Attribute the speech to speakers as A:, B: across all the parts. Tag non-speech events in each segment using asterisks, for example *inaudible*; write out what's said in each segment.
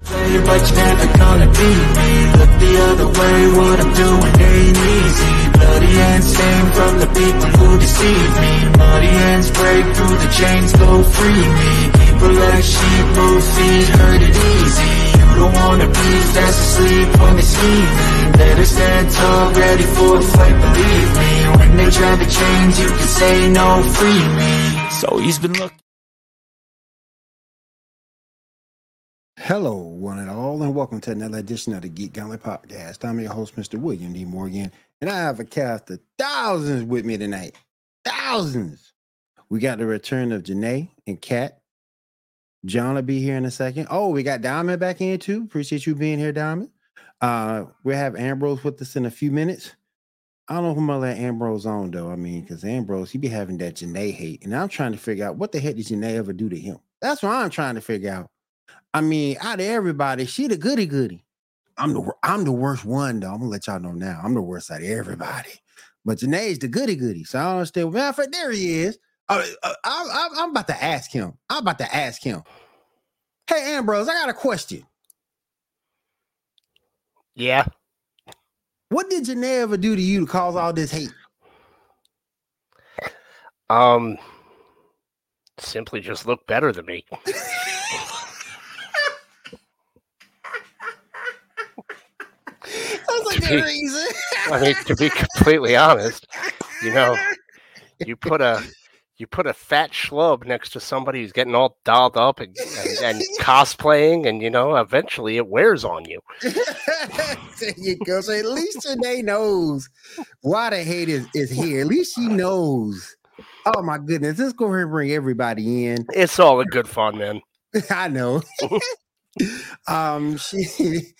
A: but you're never gonna be me Look the other way, what I'm doing ain't easy Bloody hands stained from the people who deceive me Muddy hands break through the chains, go free me People like sheep who feed hurt it easy You don't wanna be fast asleep when they scheme Let her stand tall, ready for a fight, believe me When they try to change, you can say no, free me So he's been looking
B: Hello, one and all, and welcome to another edition of the Geek Gauntlet Podcast. I'm your host, Mr. William D. Morgan, and I have a cast of thousands with me tonight. Thousands. We got the return of Janae and Kat. John will be here in a second. Oh, we got Diamond back in too. Appreciate you being here, Diamond. Uh, we'll have Ambrose with us in a few minutes. I don't know if I'm gonna let Ambrose on though. I mean, because Ambrose, he be having that Janae hate, and I'm trying to figure out what the heck did Janae ever do to him. That's what I'm trying to figure out. I mean, out of everybody, she the goody goody. I'm the wor- I'm the worst one though. I'm gonna let y'all know now. I'm the worst out of everybody. But Janae's the goody goody, so I don't understand. Matter of fact, there he is. Uh, uh, I, I, I'm about to ask him. I'm about to ask him. Hey Ambrose, I got a question.
C: Yeah.
B: What did Janae ever do to you to cause all this hate? *laughs*
C: Um simply just look better than me.
B: Sounds like
C: To be-
B: the reason.
C: I mean, to be completely honest, you know, you put a you put a fat schlub next to somebody who's getting all dolled up and, and, and cosplaying and you know, eventually it wears on you.
B: *laughs* there you go. So at least Janae knows why the hate is, is here. At least she knows. Oh my goodness, let's go ahead and bring everybody in. *laughs*
C: It's all a good fun, man.
B: I know. *laughs* um, she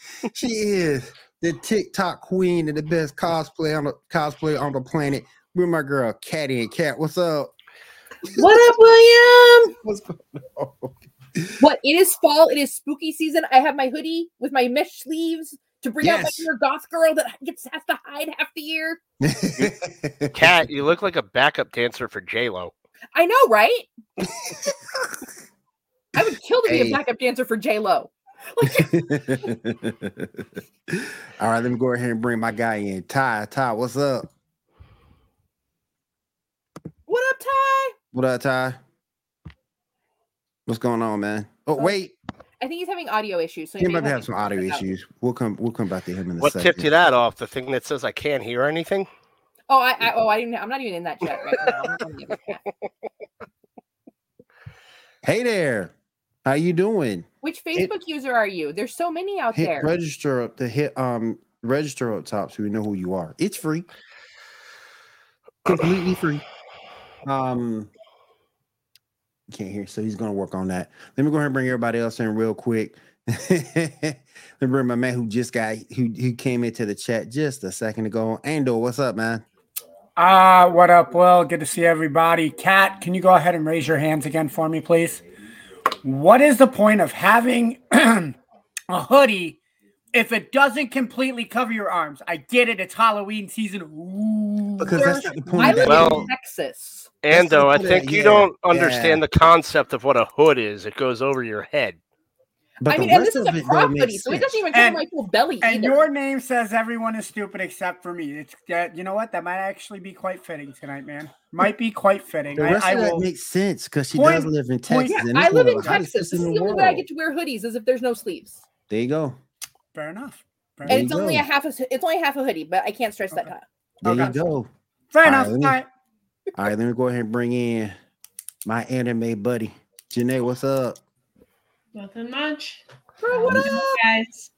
B: *laughs* she is the TikTok queen and the best cosplay on the cosplay on the planet. We're my girl, Catty and Cat. What's up? *laughs*
D: What up, William?
B: What's going on?
D: What it is fall, it is spooky season. I have my hoodie with my mesh sleeves to bring out my
B: Yes.
D: inner goth girl that gets has to hide half the year.
C: Cat, you look like a backup dancer for J Lo.
D: I know, right? I would kill to be
B: Hey.
D: a backup dancer for J Lo. Like,
B: All right, let me go ahead and bring my guy in. Ty, Ty, what's up?
D: what up, Ty?
B: What up, Ty? What's going on, man? Oh,
D: Oh,
B: wait,
D: I think he's having audio issues. So
B: he
D: may
B: might
D: have
B: have
D: to
B: some audio
D: cut out.
B: issues. We'll come, we'll come back to him in a
C: What
B: second.
C: tipped you that off? The thing that says I can't hear anything?
D: Oh, I, I oh I didn't. I'm not even in that chat right
B: *laughs*
D: now. I'm on the other chat.
B: Hey there, how you doing?
D: Which
B: It-
D: Facebook user are you? There's so many out
B: Hit
D: there.
B: register up to hit um register up top so we know who you are. It's free, completely free. Um, can't hear, so he's gonna work on that. Let me go ahead and bring everybody else in real quick. *laughs* Let me bring my man who just got who who came into the chat just a second ago. Andor, what's up, man?
E: Ah, what up, Will? Good to see everybody. Kat, can you go ahead and raise your hands again for me, please? What is the point of having *clears throat* a hoodie if it doesn't completely cover your arms? I get it, it's Halloween season. Ooh.
B: Because that's not the point
D: I
B: of that.
D: live
C: Well-
D: in Texas.
C: And
B: the
C: though
B: point
C: I
B: of that,
C: think you
B: yeah,
C: don't
B: yeah.
C: understand the concept of what a hood is. It goes over your head.
B: but
D: I
B: the
D: mean, and
B: rest
D: this is
B: of
D: a
B: it,
D: crop
B: though, makes
D: hoodie, so it
B: sense.
D: doesn't even cover
E: And-
D: my full belly
E: And
D: either.
E: your name says everyone is stupid except for me. It's that you know what? That might actually be quite fitting tonight, man. Might be quite fitting.
B: The
E: I,
B: rest
E: I
B: of that
E: will.
B: makes sense because she does
E: Point-
B: live in
E: point-
B: Texas.
D: Yeah,
B: and
D: I
B: it's
D: live
B: one of
D: in
B: the hottest
D: Texas.
B: places in
D: This is
B: the
D: the only way I
B: world.
D: get to Oh, wear hoodies is if there's no sleeves.
B: There you go.
E: Fair enough. Fair
B: There
D: And
E: enough.
B: you
D: it's only
B: go. Uh-huh.
D: a half a it's only half a hoodie, but I can't stress that
E: Okay.
D: enough.
B: There you
E: Okay.
B: go.
E: Fair
B: All right,
E: enough. All
B: let me,
E: right.
B: all right, let me go ahead and bring in my anime buddy. Janae, what's up?
F: Nothing much.
D: Bro, what
F: Um,
D: up?
F: guys?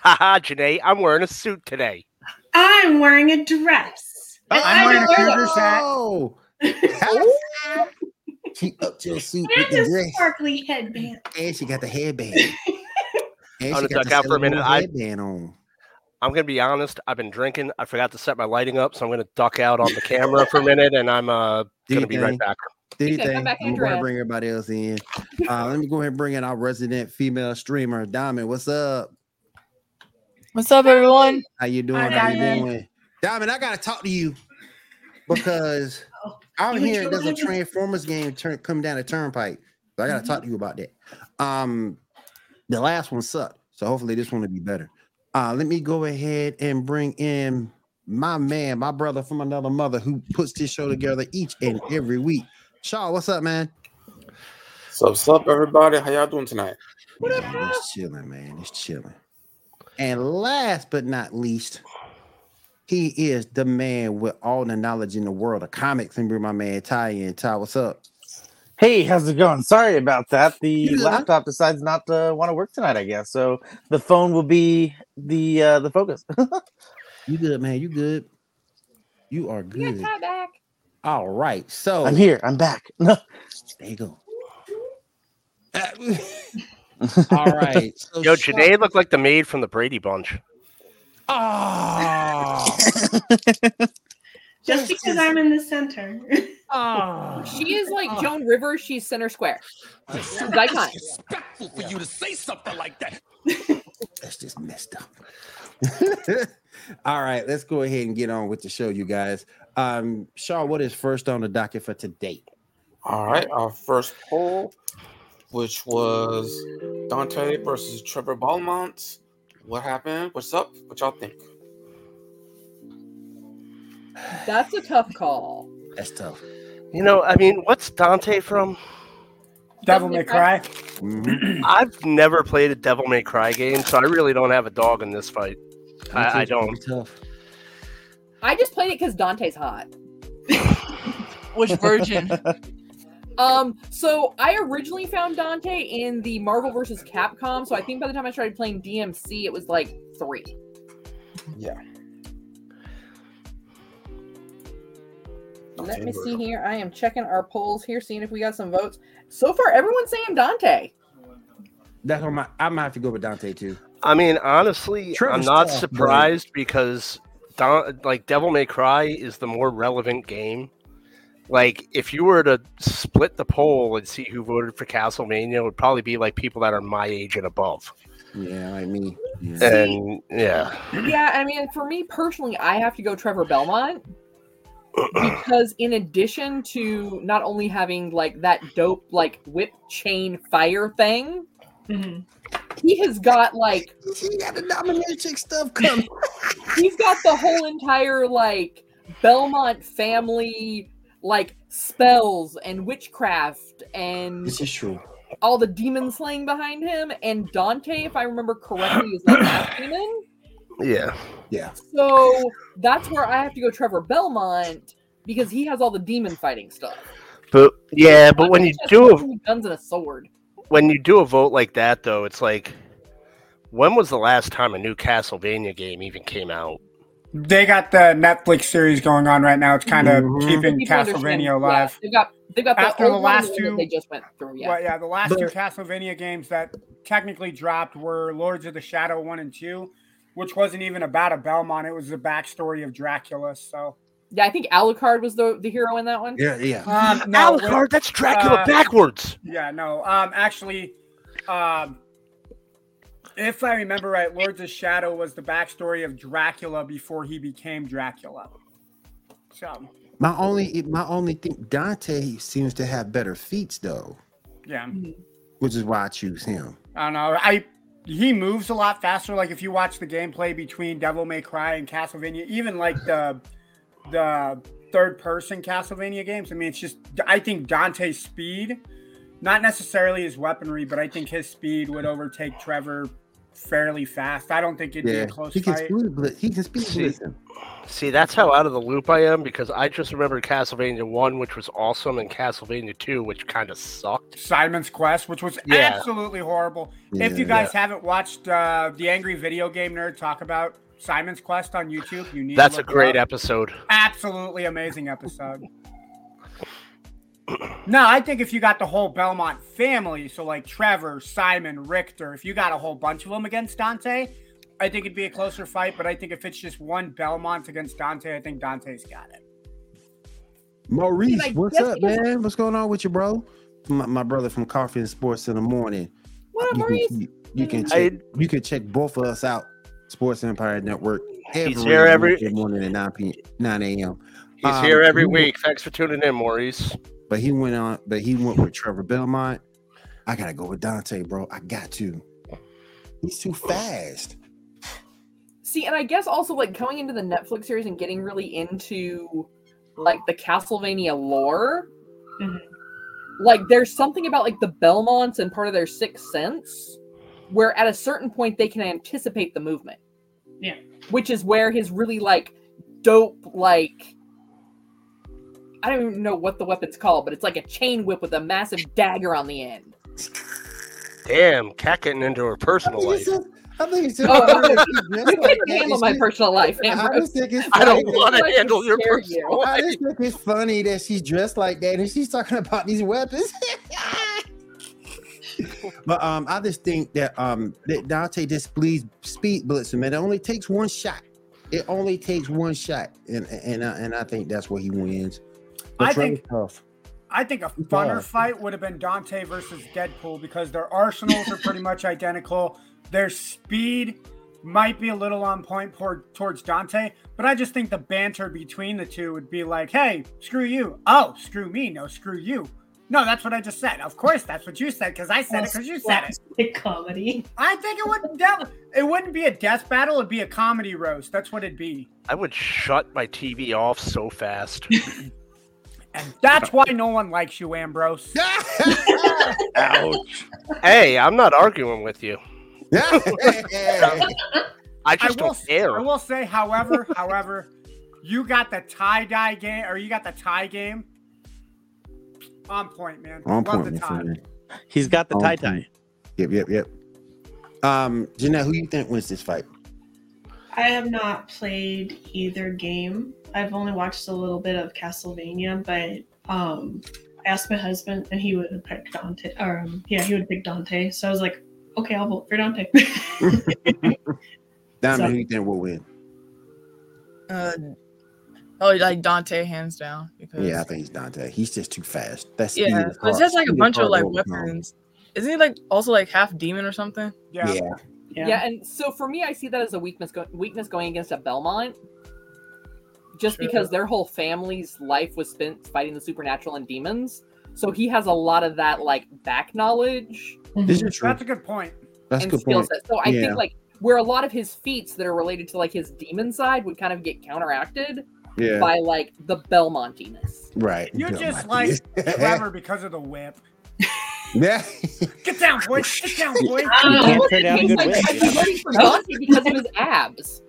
C: Haha, Janae, I'm wearing a suit today.
F: I'm wearing a dress.
E: Oh, I'm wearing a Cougar's hat.
B: Oh, *laughs* she upped your suit with
F: And
B: the
F: a
B: dress,
F: sparkly
B: *laughs*
F: headband.
B: and she got the
D: *laughs*
B: headband. And
C: I'm
B: she
C: gonna
B: got
C: duck
B: the
C: out for a
B: Sailor
C: minute.
B: Moon
C: I-
B: headband on.
C: I'm gonna be honest. I've been drinking. I forgot to set my lighting up, so I'm gonna duck out on the camera for a minute, and I'm uh,
B: Do
C: gonna
B: you
C: be right
B: think?
C: back.
B: Do
D: He
B: you
D: said, "Come
B: think?
D: back
B: I'm
D: and
B: going to
D: dress."
B: bring everybody else
D: *laughs*
B: in. Uh, let me go ahead and bring in our resident female streamer, Diamond. What's up?
G: What's up, everyone?
B: How you doing?
E: Hi,
B: How you
E: Diamond.
B: doing? Diamond, I gotta talk to you because out
F: You
B: here there's a
F: joking?
B: Transformers game turn Mm-hmm. come down a turnpike. So I gotta talk to you about that. Um the last one sucked. So hopefully this one will be better. Uh, let me go ahead and bring in my man, my brother from another mother who puts this show together each and every week. Shaw, what's up, man?
H: So what's up, everybody? How y'all doing tonight?
B: What up, It's chilling, man. It's chilling. And last but not least, he is the man with all the knowledge in the world of comics. And bring my man Ty in. Ty, what's up?
I: Hey, how's it going? Sorry about that. The
B: Yeah.
I: laptop decides not to want to work tonight, I guess. So the phone will be the uh, the focus.
B: You good, man? You good? You are
D: You got
B: good.
D: Ty back.
B: All right. So
I: I'm here. I'm back. *laughs*
B: There you *laughs* go. All right. So
C: Yo,
B: Shaw-
C: Janae looked like the maid from the Brady Bunch.
B: Oh,
F: Just because I'm in the
B: *laughs*
F: center. *laughs*
B: oh.
D: She is like Joan Rivers. She's center square. She's icon.
J: disrespectful for you to say something like that.
B: That's just messed up. *laughs* All right, let's go ahead and get on with the show, you guys. Um, Shaw, what is first on the docket for today?
H: All right, our first poll, which was Dante versus Trevor Balmont. What happened? What's up? What y'all think?
D: That's a tough call.
B: That's tough.
C: You know, I mean, what's
B: *clears throat*
C: Dante from?
E: Devil May Cry.
B: Mhm.
C: I've never played a Devil May Cry game, so I really don't have a dog in this fight. I, I
B: It's gonna be
C: don't.
B: Tough.
D: I just played it because Dante's hot.
G: *laughs* Which version?
D: Um, so I originally found Dante in the Marvel versus Capcom. So I think by the time I started playing DMC, it was like three.
H: Yeah.
D: Let me see here. I am checking our polls here, seeing if we got some votes. So far, everyone's saying Dante.
B: That's on my. I might have to go with Dante too.
C: I mean, honestly, I'm
B: Trevor's
C: not
B: tough, but-
C: surprised because Don, like Devil May Cry is the more relevant game. Like, if you were to split the poll and see who voted for Castlevania, it would probably be like people that are my age and above.
B: Yeah, like me. Yeah.
C: And yeah,
D: Yeah, I mean, for me personally, I have to go Trevor Belmont because in addition to not only having like that dope like whip chain fire thing,
B: Mm-hmm.
F: Mhm.
D: he has got like
B: She got the dominatrix stuff coming.
D: he's got the whole entire like Belmont family like spells and witchcraft and
B: this is true.
D: all the demon slaying behind him and Dante if I remember correctly is like half demon.
C: yeah.
D: So that's where I have to go Trevor Belmont because he has all the demon fighting stuff.
C: But yeah, but when you
D: Just
C: do a
D: fucking guns and a sword.
C: when you do a vote like that though it's like when was the last time a new castlevania game even came out
E: They got the Netflix series going on right now. It's kind of
B: Mhm.
E: keeping
D: People understand,
E: Castlevania alive.
D: Yeah, they've got they've got the
E: After the
D: old one and
E: last
D: one that
E: two-
D: they just went through. Yeah.
E: Well, yeah, the last two
B: But-
E: Castlevania games that technically dropped were Lords of the Shadow 1 and 2, which wasn't even about a Belmont. It was the backstory of Dracula. So,
D: Yeah, I think Alucard was the, the hero in that one.
B: Yeah, yeah.
E: um, no,
C: alucard that's dracula
E: uh,
C: backwards
E: yeah, no. Um, actually, um, if I remember right, Lords of Shadow was the backstory of Dracula before he became Dracula. So,
B: My only, my only thing. Dante seems to have better feats though,
E: yeah.
B: which is why I choose him.
E: I don't know. I he moves a lot faster. Like if you watch the gameplay between Devil May Cry and Castlevania, even like the the third person Castlevania games. I mean, it's just I think Dante's speed, not necessarily his weaponry, but I think his speed would overtake Trevor fairly fast. I don't think it'd
B: Yeah,
E: be a close
B: he can
E: fight.
B: speed blitz. He can speed
C: See,
B: blitz him.
C: see that's how out of the loop i am because i just remember castlevania 1 which was awesome and castlevania 2 which kind of sucked
E: Simon's Quest, which was
C: Yeah.
E: absolutely horrible. If you
B: Yeah.
E: guys haven't watched uh, the Angry Video Game Nerd talk about Simon's Quest on YouTube, you need.
C: that's
E: to
C: a
E: look it
C: great
E: up.
C: episode
E: absolutely amazing episode. No, I think if you got the whole Belmont family, so like Trevor, Simon, Richter, if you got a whole bunch of them against Dante, I think it'd be a closer fight. But I think if it's just one Belmont against Dante, I think Dante's got it.
B: Maurice,
D: Like,
B: what's
D: yes,
B: up,
D: yes.
B: man? What's going on with you, bro? My, my brother from Coffee and Sports in the Morning.
D: What up,
B: You
D: Maurice?
B: can, you, you can
C: I-
B: check, you can check both of us out. Sports Empire Network. Every
C: He's here every-
B: Wednesday morning at 9 p 9 a.m.
C: he's
B: Um,
C: here every
B: you-
C: week thanks for tuning in maurice
B: But he went on, but he went with Trevor Belmont. I gotta go with Dante, bro. I got to. He's too fast.
D: See, and I guess also like coming into the Netflix series and getting really into like the Castlevania lore. Like there's something about like the Belmonts and part of their sixth sense where at a certain point they can anticipate the movement.
F: Yeah.
D: Which is where his really like dope like I don't even know what the weapon's called, but it's like a chain whip with a massive dagger on the end.
C: Damn, cat getting into her personal life.
B: I think it's
D: Oh, oh.
B: you
D: You couldn't handle my personal life,
B: I
D: Ambrose.
B: just think it's
C: I don't
B: funny.
C: want to
D: Like,
C: handle your
D: scare you.
C: personal
B: I
C: life.
B: just think it's funny that she's dressed like that and she's talking about these
C: *laughs*
B: weapons. but um, I just think that um, that Dante just please speed blitz him, and it only takes one shot. It only takes one shot, and and I, and I think that's where he wins. But
E: I
B: Trevor's
E: think-
B: tough.
E: I think a funner
B: Yeah.
E: fight would have been Dante versus Deadpool because their arsenals are pretty much identical. Their speed might be a little on point por- towards Dante, but I just think the banter between the two would be like, hey, screw you. Oh, screw me. No, screw you. No, that's what I just said. Of course, that's what you said because I said it because you said
B: *laughs*
E: it.
F: Slapstick comedy.
E: I think it would that, it wouldn't be a death battle. It'd be a comedy roast. That's what it'd be.
C: I would shut my TV off so fast.
E: And that's why no one likes you, Ambrose.
C: hey, I'm not arguing with you. *laughs*
B: *laughs*
C: I
E: I
C: just
E: will,
C: don't care.
E: I will say, however, however, you got the tie dye game, or you got the tie game. On point, man.
B: On
E: Love
B: point,
E: the
B: Miss
E: tie.
B: Renee.
I: He's got the
B: On
I: tie
B: point.
I: tie.
B: Yep, yep, yep. Um, Jeanette, who you think wins this fight?
F: I have not played either game. I've only watched a little bit of Castlevania, but um, I asked my husband, and he would have picked Dante. Or um, yeah, he would pick Dante. So I was like, okay, I'll vote
B: *laughs*
F: for Dante. *laughs*
B: Diamond,
F: So-
B: who you think will win?
G: Uh, oh, like Dante, hands down. Because,
B: Yeah, I think he's Dante. He's just too fast. That's
G: Yeah, but he has like a bunch of like weapons. Isn't he like also like half demon or something?
E: Yeah.
B: yeah.
D: Yeah. and so for me, I see that as a weakness go- weakness going against a Belmont, just
G: True.
D: because their whole family's life was spent fighting the supernatural and demons. So he has a lot of that like back knowledge
F: Mm-hmm.
B: This is true.
E: That's a
B: *laughs*
E: good point.
B: That's a
D: and
B: good
D: skill
B: point.
D: set. So I
B: Yeah.
D: think like where a lot of his feats that are related to like his demon side would kind of get counteracted
B: Yeah.
D: by like the Belmontiness.
B: Right.
E: You
B: Dumb
E: just
B: ideas. *laughs*
E: Trevor, because of the whip.
B: yeah.
E: Get down,
B: Oh,
E: boy. Get down,
B: *laughs*
E: boy. *laughs*
I: You
D: I
I: can't turn down a good
D: like,
I: whip.
D: I'd be voting
I: *laughs*
D: for Dante because of his abs.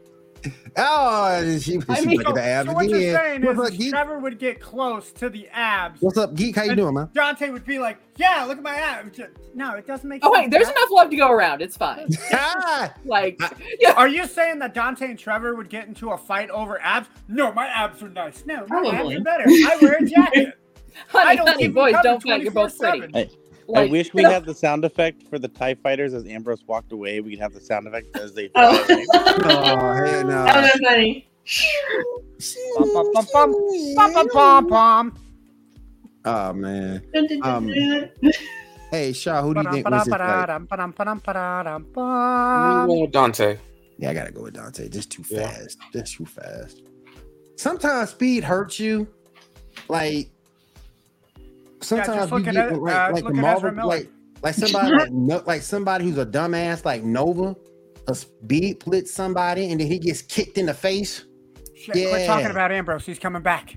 B: Oh, she,
D: I
B: she
D: mean,
B: put
E: So,
B: the abs
E: so what you're
B: again.
E: saying
B: What's
E: is,
B: up,
E: is
B: geek?
E: Trevor would get close to the abs.
B: What's up, geek? How you
E: And-
B: doing,
E: *laughs*
B: man?
E: Dante would be like, "Yeah, look at my abs." No, it doesn't make.
D: Oh
E: sense.
D: wait, there's enough love to go around.
B: *laughs*
D: It's fine.
B: Ah,
D: Like
B: I-
D: yeah,
E: Are you saying that Dante and Trevor would get into a fight over abs? No, my abs are nice. No, my abs
F: Probably.
E: are better. I wear a jacket. I
D: honey,
E: don't
D: honey,
E: give you
D: boys,
E: cover
D: don't fight. You're both pretty.
E: 24/7.
I: I wish we had the sound effect for the TIE fighters as Ambrose walked away. We could have the sound effect as they.
B: *laughs*
F: oh, *laughs*
B: Oh, hey,
F: that *laughs*
B: no.
F: was funny.
E: Bum, bum, bum, bum. Bum, bum, bum, bum.
B: Oh, man. Um, Hey, Shaw, who do you think wins this fight?
E: Ba-dum, ba-dum, ba-dum, ba-dum,
H: I'm
E: bum.
H: going with Dante.
B: Yeah, I gotta go with Dante. Just too
H: Yeah.
B: fast. Just too fast. Sometimes speed hurts you. Like sometimes
E: just
B: you
E: look at
B: get
E: it-
B: with, like,
E: uh,
B: like
E: look
B: the
E: at
B: Marvel,
E: Ezra Miller.
B: like
E: *laughs*
B: like somebody like no, like somebody who's a dumbass like Nova, a speed blitz somebody, and then he gets kicked in the
E: *laughs*
B: face.
E: Shit, Quit talking
B: Yeah.
E: about Ambrose. He's coming back.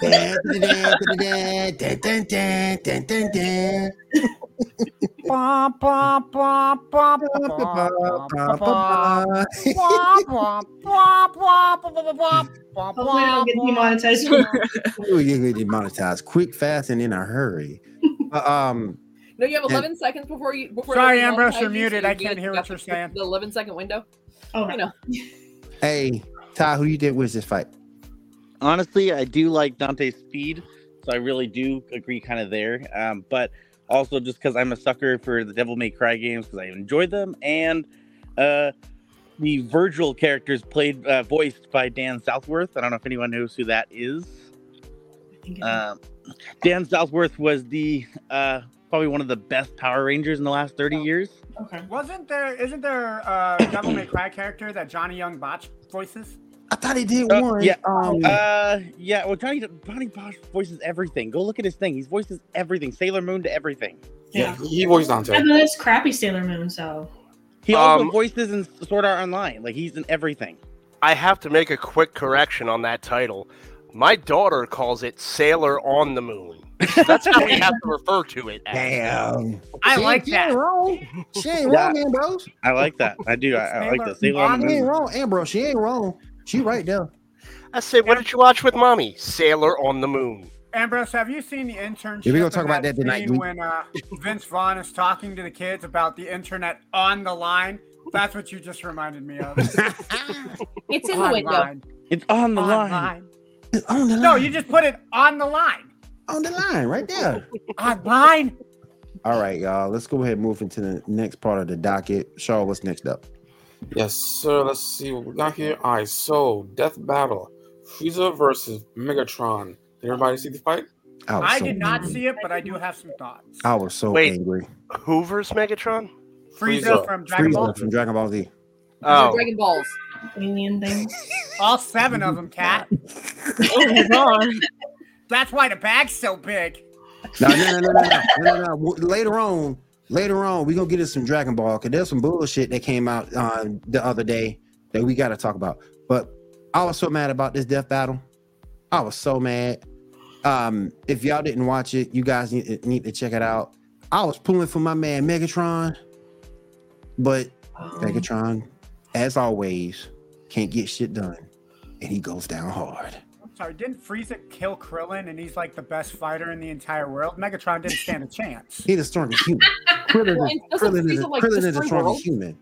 B: Dun, dun, dun, dun, dun, dun, dun, dun, dun, dun.
E: Bum, bum, bum, bum,
B: Ba, ba,
E: bum,
B: ba, ba,
E: bum, bum. *laughs*
B: ba.
E: Bum, bum, bum, bum, bum, bum, bum, bum,
F: Hopefully, I don't get
E: bum.
F: demonetized. for that.
B: We get demonetized quick, fast, and in a hurry. But, um,
D: No, you have 11 seconds before you. Before
E: Sorry,
D: everything
E: Ambrose, you're
D: monetizes,
E: muted.
D: so
E: I
D: you
E: can't
D: get-
E: hear
D: you
E: what
D: have
E: you're
D: to-
E: saying.
D: The 11 second window.
F: Oh,
D: I know.
B: hey, Ty, who you think wins this fight?
I: Honestly, I do like Dante's speed, so I really do agree kind of there. Um, but also just because I'm a sucker for the Devil May Cry games because I enjoyed them and uh, the Virgil characters played uh, voiced by Dan Southworth. I don't know if anyone knows who that is.
F: I think it-
I: Um, Dan Southworth was the uh, probably one of the best Power Rangers in the last thirty years.
F: okay.
E: Wasn't there? Isn't there a Devil May Cry character that Johnny Young botched voices?
B: I thought he did
I: Uh,
B: one.
I: yeah.
B: Um,
I: Uh, yeah. Well, Johnny Johnny Bosch voices everything. Go look at his thing. He voices everything. Sailor Moon to everything.
F: Yeah.
H: He voiced Dante.
F: I mean, that's crappy Sailor Moon, so.
I: He also
C: Um,
I: voices in Sword Art Online. Like he's in everything.
C: I have to make a quick correction on that title. My daughter calls it Sailor on the Moon. That's how we have to refer to it. As.
B: Damn.
E: I
B: She-
E: like
B: she
E: that.
B: Ain't wrong. She ain't
I: Yeah.
B: wrong, Ambrose.
I: I like that. I do. I, I like
E: Sailor
I: the Sailor on the
B: She ain't
I: Moon.
B: wrong, Ambrose. She ain't wrong. She right there.
C: I said, what did you watch with mommy? Sailor on the Moon.
E: Ambrose, have you seen the internship?
B: Yeah, we gonna
E: and
B: talk about that tonight,
E: scene
B: dude.
E: When uh, Vince Vaughn is talking to the kids about the internet on the line, that's what you just reminded me of.
D: It's in the
E: on
D: window.
E: line.
I: It's on the
E: On
I: line.
E: line.
B: on the line.
E: No, you just put it on the line.
B: on the line right there.
E: On line.
B: *laughs* All right, y'all. Let's go ahead and move into the next part of the docket. Shaw, what's next up?
H: Yes, sir. Let's see what we got here. All right, so Death Battle, Frieza versus Megatron. Did everybody see the fight?
B: I, was
E: I
B: so
E: did not
B: angry.
E: see it, but I do have some thoughts.
B: I was so
C: Wait.
B: angry.
C: Hoover's Megatron?
E: Frieza,
H: Frieza.
E: from Dragon Ball.
B: Frieza from Dragon Ball Z.
C: Oh,
D: Dragon Balls.
F: Alien thing.
E: All seven of them, cat.
G: Oh my god.
E: That's why the bag's so big.
B: No, no, no, no, no, no, no, no, no. W- Later on, later on, we gonna get into some Dragon Ball because there's some bullshit that came out uh, the other day that we gotta talk about. But I was so mad about this death battle. I was so mad. Um, if y'all didn't watch it, you guys need, need to check it out. I was pulling for my man Megatron, but
F: um, Mm-hmm.
B: Megatron, as always, can't get shit done, and he goes down hard.
E: I'm sorry, didn't Frieza kill Krillin and he's like the best fighter in the entire world? Megatron didn't stand a chance.
B: He's the strongest human. Krillin is,
D: and doesn't
B: Krillin is,
D: Frieza, like,
B: Krillin is the
D: destroy
B: strongest
D: worlds?
B: human.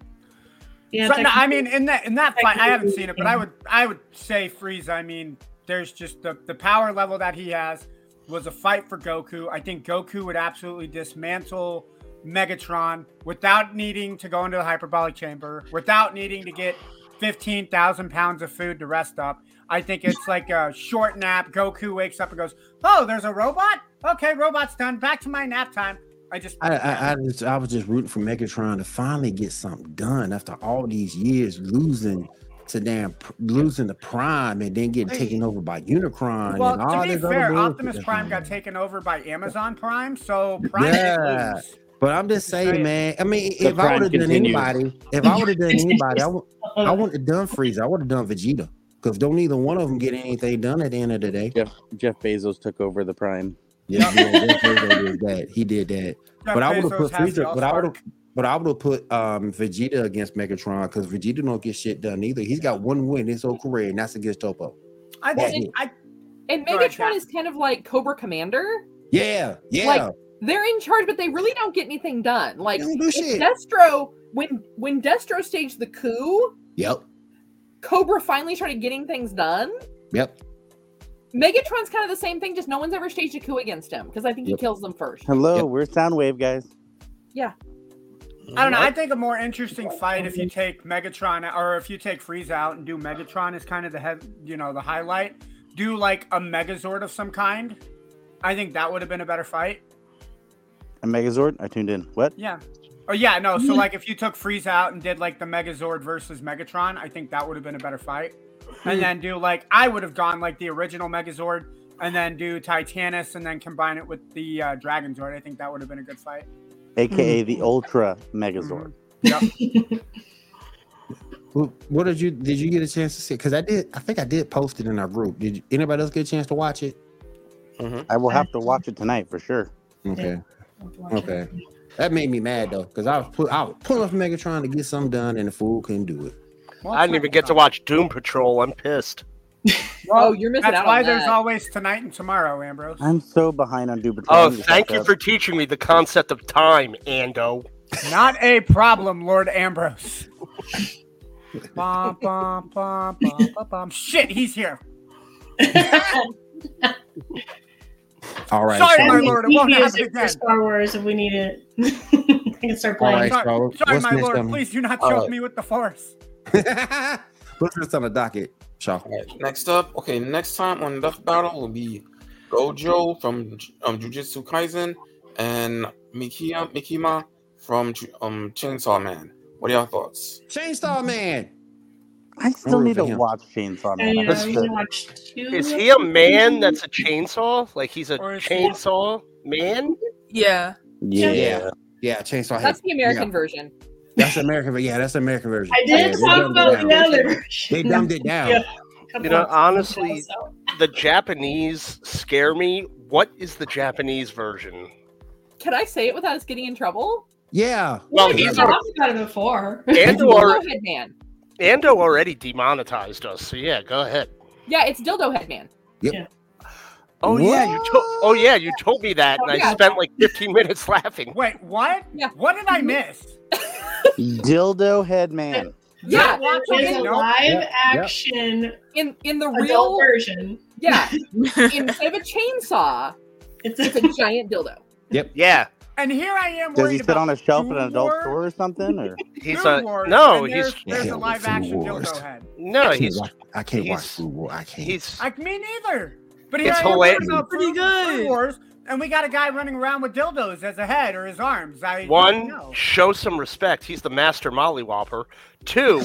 F: Yeah,
E: So, no,
F: technically-
E: I mean, in that in that fight, I haven't seen it, but I would I would say Frieza. I mean, there's just the the power level that he has was a fight for Goku. I think Goku would absolutely dismantle Megatron without needing to go into the hyperbolic chamber, without needing to get fifteen thousand pounds of food to rest up. I think it's like a short nap. Goku wakes up and goes, "Oh, there's a robot. Okay, robot's done. Back to my nap time." I just
B: I, I, I just I was just rooting for Megatron to finally get something done after all these years losing to damn losing the Prime and then getting taken over by Unicron.
E: Well,
B: and all
E: to be
B: this other
E: fair,
B: bullshit
E: Optimus
B: that's going
E: Prime got
B: on.
E: taken over by Amazon Prime, so Prime
B: Yeah.
E: didn't lose.
B: But I'm just saying,
E: saying.
B: man. I mean,
I: The
B: if I
I: Prime
B: would have done
I: continues.
B: anybody, if I would have done anybody, I would I wouldn't have done Frieza. I would have done Vegeta because don't either one of them get anything done at the end of the
E: *laughs*
B: day.
I: Jeff Jeff Bezos took over the Prime.
B: Yeah, yeah, Jeff Bezos did that. He did that.
E: Jeff
B: but I would have
E: Bezos
B: put
E: has the
B: Frieza, but I would have,
E: All-Star.
B: but I would have put um, Vegeta against Megatron because Vegeta don't get shit done either. He's got one win his whole career, and that's against Topo.
E: I
B: Yeah.
E: think I
D: And
E: Go ahead,
D: Megatron
E: Kat.
D: is kind of like Cobra Commander.
B: Yeah, yeah.
D: Like, They're in charge, but they really don't get anything done. Like
B: They don't do
D: if
B: shit.
D: Destro, when when Destro staged the coup,
B: yep,
D: Cobra finally started getting things done.
B: yep.
D: Megatron's kind of the same thing, just no one's ever staged a coup against him because I think
B: Yep.
D: he kills them first.
I: Hello,
B: Yep.
I: we're Soundwave guys.
E: I don't know. I think a more interesting fight if you take Megatron out- or if you take Frieza out and do Megatron is kind of the head, you know, the highlight. Do like a Megazord of some kind. I think that would have been a better fight.
I: A Megazord. I tuned in. What?
E: Yeah. Oh yeah, no.
C: Mm-hmm.
E: So like, if you took Frieza out and did like the Megazord versus Megatron, I think that would have been a better fight.
C: Hmm.
E: And then do like I would have gone like the original Megazord, and then do Titanus, and then combine it with the uh, Dragon Zord. I think that would have been a good fight.
I: AKA
E: Hmm.
I: the Ultra Megazord.
B: Wh- What did you did you get a chance to see? Because I did. I think I did post it in our group. Did you- anybody else get a chance to watch it?
E: Mm-hmm.
I: I will have to watch it tonight for sure.
B: Okay, okay. That made me mad though, because I was pu- I was pulling for Megatron to get something done, and the fool couldn't do it.
C: *laughs*
E: Well,
C: I didn't even get to watch Doom Patrol. I'm pissed.
D: Oh, you're missing
E: That's
D: out
E: why
D: on
E: there's
D: that.
E: always tonight and tomorrow,
D: *laughs*
E: Ambrose.
I: I'm so behind on Duper.
C: Oh, thank you for teaching me the concept of time, Ando.
E: Not a problem,
D: *laughs*
E: Lord Ambrose. bum, bum, bum, bum, bum, bum. Shit,
D: *laughs*
E: he's here.
B: All right. Shaw.
E: Sorry, my
F: Sorry,
E: lord,
F: Lord,
E: it won't happen
F: music for
E: again.
F: Star Wars if we need it. *laughs* I can start
B: All
F: playing.
B: right,
E: Sorry,
B: Charlotte,
E: sorry
B: what's next
E: my
B: um, uh,
E: lord.
B: on-
E: Please do not
H: All
E: choke
H: right.
E: me with the force.
B: *laughs* What's next on the docket, Shaw?
H: All right, next up, okay, next time on Death Battle will be Gojo from J- um, Jujutsu Kaisen and Mikia Mikima from Ch- um, Chainsaw Man. What are your thoughts?
B: Chainsaw Man.
I: I
B: I'm
I: still need to
B: rooting for him.
I: watch Chainsaw
F: I
I: Man. I have to-
F: watched two.
C: Is he a man that's a chainsaw? Like he's a
E: Or is he-
C: chainsaw man?
G: Yeah.
I: yeah.
B: Yeah, Chainsaw. Head.
D: That's the American version.
B: That's the American. ver- Yeah, that's the American version.
F: I
B: Yeah,
F: did
B: they
F: talk
B: dumbed it
F: about
B: down.
F: the other.
B: They dumbed it down.
F: Yeah.
C: You know, honestly, the Japanese scare me. What is the Japanese *laughs* version?
D: Can I say it without us getting in trouble?
B: Yeah.
C: Well,
F: we
C: he's
F: talked
C: al-
F: about it before.
C: Andor,
D: Dildo Headman.
C: Ando already demonetized us. So yeah, go ahead.
D: Yeah, it's Dildo Headman.
C: Oh yeah, you to- oh yeah, you told me that, and I
D: Yeah.
C: spent like 15 minutes laughing.
E: Wait, what?
D: Yeah.
E: What did I miss?
I: Dildo head man.
D: Yeah,
E: Watch
F: It is
E: it.
F: a
E: Nope.
F: live
B: Yep.
F: action
D: in in the real
F: adult version.
D: yeah, instead of a chainsaw,
F: It's
D: it's a giant dildo.
C: Yeah,
E: And here I am
I: Does
E: worried
I: he sit
E: about
I: on a shelf in an
E: Food
I: adult
E: Wars?
I: store or something? *laughs* Or
C: he's
E: Food
C: a
E: Wars,
C: no, he's
E: and there's, there's
B: Yeah,
E: a live
B: Food
E: action
B: Wars.
E: dildo head.
C: no,
B: I can't
C: Oh, he's
B: watch, I can't watch
C: he's-
B: Food War. I can't.
C: he's
E: Like me neither. But here
C: It's
E: I am worried
C: hilarious.
E: about
G: Pretty
E: food,
G: good.
E: food wars, and we got a guy running around with dildos as a head or his arms. I
C: one.
E: No.
C: Show some respect. He's the master mollywhopper. Two.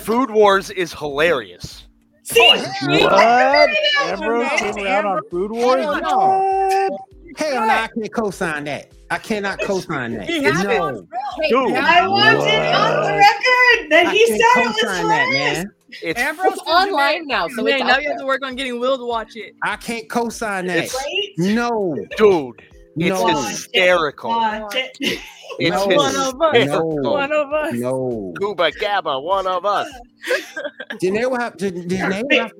C: Food Wars is hilarious.
F: *laughs* See,
I: what?
E: Amber?
I: Everyone's getting out on food wars?
E: Hell
I: No.
B: Hell no, I can't co-sign that. I cannot co-sign that.
E: He had it on
B: No,
E: film.
C: Dude,
F: I want it on the record that
B: I
F: he
B: can't
F: said it was
B: co-sign that,
F: first.
B: man.
C: it's
E: Ambrose
D: It's
E: is in
D: online now, so
G: Man,
D: it's
G: now
D: out
G: you have to
D: there.
G: work on getting Will to watch it.
B: I can't co-sign that.
F: Right?
B: No,
C: dude. It's
B: no,
C: hysterical.
F: Watch *laughs* it.
C: It's
B: No.
G: One of us.
B: no,
G: One of us.
B: no.
C: Gooba Gabba, one of us.
B: Then they will have to. Then they will have to.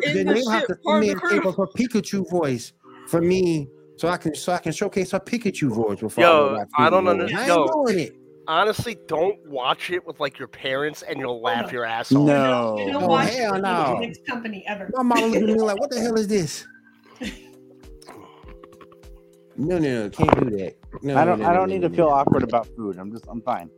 B: Do, then they will have to send me a tape of her Pikachu voice for me, so I can so I can showcase her Pikachu voice before.
C: Yo,
B: go watch
C: I don't
B: Pikachu.
C: under-
B: I ain't
C: yo.
B: doing it.
C: Honestly, don't watch it with like your parents and you'll laugh your ass off.
F: You
I: No.
F: don't
B: Oh,
F: watch
B: hell
F: it.
B: no.
F: Next company ever.
B: My mom looked at me like, "What the hell is this?" No, no, no, can't do that. No,
I: I don't.
B: no,
I: I
B: no,
I: don't
B: no,
I: need
B: no,
I: to feel
B: no.
I: awkward about food. I'm just. I'm fine.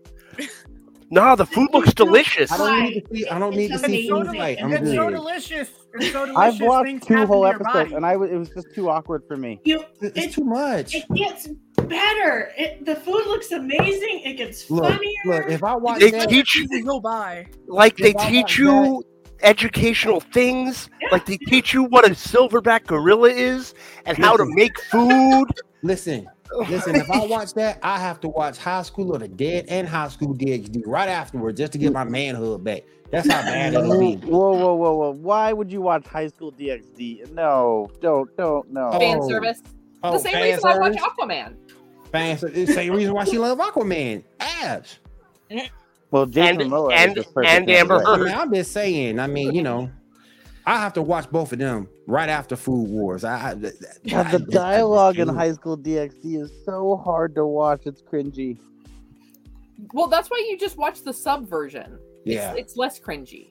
C: Nah, the food looks delicious.
B: I don't need to see. I don't need to
F: It's
B: see
E: so
B: food
F: amazing.
B: fight.
E: delicious.
B: I'm
E: It's so
B: good.
E: delicious. It's so delicious.
I: I've watched
E: Things
I: two
E: happen
I: whole
E: to your
I: episodes,
E: body.
I: and I was. It was just too awkward for me.
F: You,
B: It's too much.
F: it gets better. It, the food looks amazing. It gets
B: Look,
F: funnier.
B: look.
F: *laughs*
B: If I watch
C: They
B: that,
C: teach
G: Easy, go by.
C: like they
B: If I want
C: teach you educational things,
F: Yeah.
C: like they teach you what a silverback gorilla is and how to
B: Listen.
C: make food.
B: listen, listen. If I watch that, I have to watch High School of the Dead and High School DxD right afterwards just to get my manhood back. That's how bad
I: *laughs*
B: it'll
I: Whoa,
B: be.
I: whoa, whoa, whoa! Why would you watch High School DxD? No, don't, don't, no.
B: Oh,
D: Fan service.
B: Oh,
D: the same
B: fan
D: reason I watch
B: service?
D: Aquaman.
B: Fan ser- it's the same reason why she loves Aquaman. Abs.
I: Well, Jason
C: and-
I: Momoa
C: and-
I: is just perfect
C: and
I: in every
C: Amber
I: way.
B: I mean, I'm just saying. I mean, you know, I have to watch both of them right after Food Wars. I, I, th- th-
I: God,
B: I
I: *laughs* the
B: just- I
I: dialogue
B: just
I: in
B: can't.
I: High School DxD is so hard to watch. It's cringy.
D: Well, that's why you just watch the sub version.
B: Yeah,
D: It's less cringy.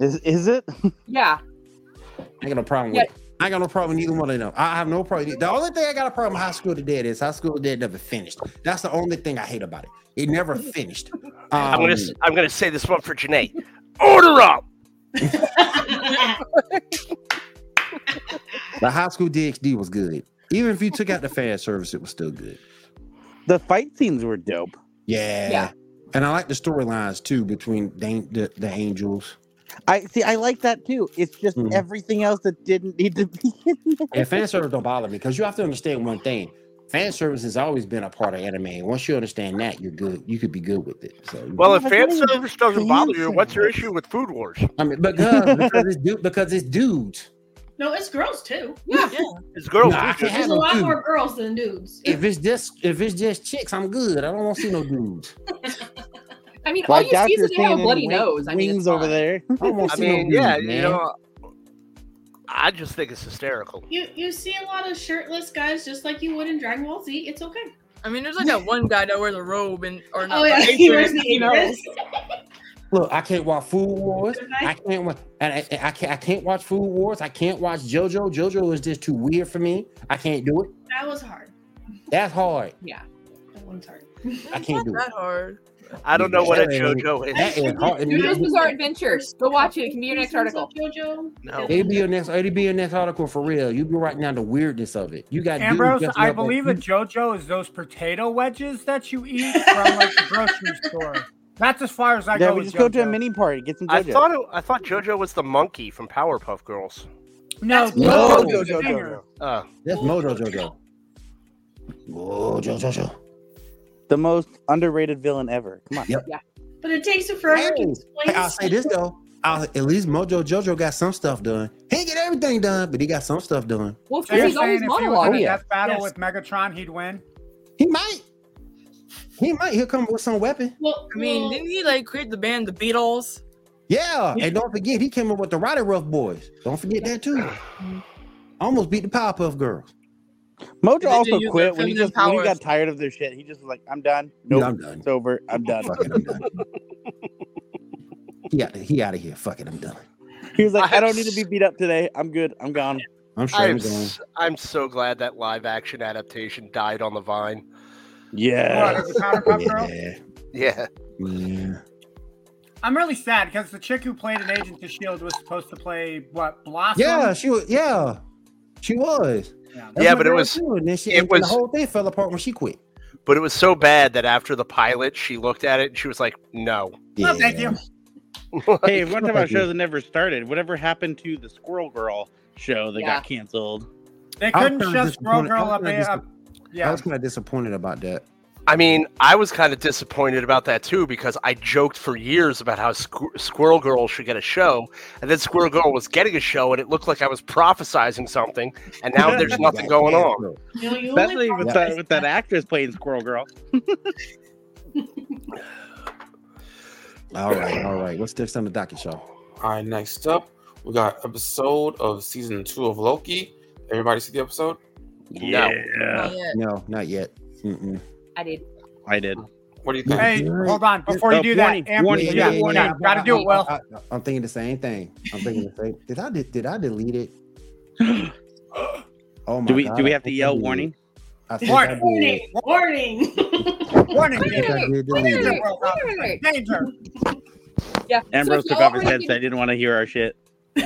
I: Is is it? *laughs*
D: Yeah.
B: I ain't got no problem with it. I ain't got no problem with either one of them. I have no problem. The only thing I got a problem with High School of the Dead is High School of the Dead never finished. That's the only thing I hate about it. It never finished.
C: I'm gonna
B: Um,
C: s- I'm gonna say this one for Janae. Order up.
B: the High School DxD was good. Even if you took out the fan service, it was still good.
I: The fight scenes were dope.
B: Yeah.
D: Yeah.
B: And I like the storylines too between the, the, the angels.
I: I see. I like that too. It's just
B: Mhm.
I: everything else that didn't need to be. in there.
B: And fan service don't bother me because you have to understand one thing. Fan service has always been a part of anime. And once you understand that, you're good. You could be good with it. So
C: Well, if
I: Like, what
C: fan
I: do you
C: service doesn't bother you,
I: fan
C: what's your
I: service?
C: issue with Food Wars?
B: I mean *laughs* because because it's du- because it's dudes.
F: no, it's girls too.
D: Yeah.
C: It's girls.
B: No, I can't
C: do
B: have
C: just-
F: There's a
B: no
F: lot
B: dudes.
F: more girls than dudes.
B: If it's just if it's just chicks, I'm good. I don't want to see no dudes.
D: I mean,
I: Like
D: all you see
I: after
D: is that they have
I: seeing
D: a
I: any
D: bloody
I: wing-
D: nose. I mean,
I: wings
D: it's
I: over
D: fine.
I: there.
B: I don't want to
C: I
B: see
C: mean,
B: no dudes.
C: yeah,
B: man.
C: you know, I just think it's hysterical.
F: You you see a lot of shirtless guys just like you would in Dragon Ball Z. It's okay.
G: I mean, there's like that one guy that wears a robe and
I: *laughs*
G: or not.
F: Oh yeah,
G: like,
F: *laughs* he wears the
G: you know.
F: aprons.
B: Look, I can't watch Food Wars.
F: Okay.
B: I can't watch, and I, I can't. I can't watch Food Wars. I can't watch JoJo. JoJo is just too weird for me. I can't do it.
F: That was hard.
B: That's hard.
D: Yeah.
F: That one's hard.
B: I
G: It's not
B: can't do it.
G: that hard.
C: I don't know what a
B: Yeah, I mean,
C: JoJo is.
B: That is hard.
F: Yeah.
D: JoJo's
B: It'd
D: Bizarre Adventure. Go watch it. It can be your next article.
F: JoJo.
C: No.
B: it'd be your next. It'd be your next article for real. You be writing down the weirdness of it. You got dudes
E: Ambrose,
B: dressing
E: I
B: up as-
E: believe a JoJo is those potato wedges that you eat from like the grocery store. That's as far as I
I: yeah,
E: go.
I: we
E: with
I: just go to a
E: JoJo.
I: mini party, get some
C: I
I: JoJo.
C: thought it, I thought JoJo was the monkey from Powerpuff Girls.
E: No,
F: That's
I: no,
E: JoJo's
I: JoJo,
E: the Oh, singer.
I: JoJo.
C: Uh,
B: That's Mojo JoJo. Mojo JoJo.
I: the most underrated villain ever. Come on.
B: Yep.
F: But it takes him forever to explain.
B: Hey, I'll say this though. I'll, at least Mojo Jojo got some stuff done. He didn't get everything done, but he got some stuff done.
D: Well, it's
E: So you're
D: because he's always
E: saying if he was in a
I: Oh,
D: monologuing.
E: death battle
F: Yes.
E: with Megatron, he'd win?
B: He might. He might. He'll come with some weapon.
F: Well,
G: I mean, didn't he like create the band the Beatles?
B: Yeah. And don't forget, he came up with the Rider Rough Boys. Don't forget that too. Almost beat the Powerpuff Girls.
G: Did
I: Mojo
G: they
I: also
G: use
I: quit
G: their
I: when he
G: feminine
I: just when he
G: powers?
I: got tired of their shit. He just was like, I'm done.
B: No,
I: Nope,
B: I'm done.
I: it's over. I'm done.
B: Fuck it, I'm *laughs* done. he out. He out of here. Fuck it, I'm done.
I: He was like,
C: I
I: I
C: have
I: don't need to be beat up today. I'm good. I'm gone.
B: I'm sure
C: I'm,
B: I'm going.
C: s- I'm so glad that live action adaptation died on the vine. *laughs*
E: What,
I: *laughs* Yeah.
E: as a Powerpuff Girl?
B: Yeah.
C: Yeah.
B: Yeah.
E: I'm really sad because the chick who played an Agent of S.H.I.E.L.D. E was supposed to play, what, Blossom?
B: Yeah, she was. Yeah, she was.
E: Yeah.
B: That's
C: Yeah,
B: my
C: but it
B: girl,
C: was-
B: too, And then she,
C: it
B: and then the
C: was-
B: whole thing fell apart when she quit.
C: But it was so bad that after the pilot, she looked at it and she was like, no.
E: No, thank you.
I: hey, we're talking about shows that never started. Whatever happened to the Squirrel Girl show that
D: Yeah.
I: got canceled?
E: They
B: I was
E: couldn't
B: kinda
E: just Squirrel
B: disappointed-
E: Girl
B: I
E: up,
B: was kinda
E: a- up.
B: I
E: Yeah.
B: was kind of disappointed about that.
C: I mean, I was kind of disappointed about that too because I joked for years about how Squ- Squirrel Girl should get a show, and then Squirrel Girl was getting a show, and it looked like I was prophesizing something, and now
B: *laughs*
I: *laughs*
C: there's nothing going on.
F: You know, you
I: Especially
F: only
I: with, that, with that actress playing Squirrel Girl.
B: All right, all right. What's next on the docket, Shaw?
H: All right, next up, we got episode of season two of Loki. Everybody see the episode?
C: No.
G: Not yet.
B: No, not yet. Mm-mm.
D: I did.
I: I did.
H: What do you think?
E: Hey, hold on. Before you
I: Oh,
E: do
I: warning,
E: that, Amber,
I: warning,
E: yeah,
I: yeah, warning.
E: yeah, gotta do it, Will.
B: I, am thinking the same thing. I'm thinking the same. Did I de- did I delete
C: *gasps*
B: it? Oh my
I: Do we
B: God,
I: do we
B: I
I: have to
B: think I
I: yell
B: did.
I: warning?
B: I think I
E: Warning.
B: did.
F: warning, warning.
E: Warning,
B: I think
E: Peter.
B: I did delete
E: Danger,
B: it.
E: Will Robinson. Danger.
D: Yeah. so
I: Ambrose
D: if
I: took
D: y'all
I: off his
D: already
I: headset. He didn't want to hear our shit.
B: *laughs*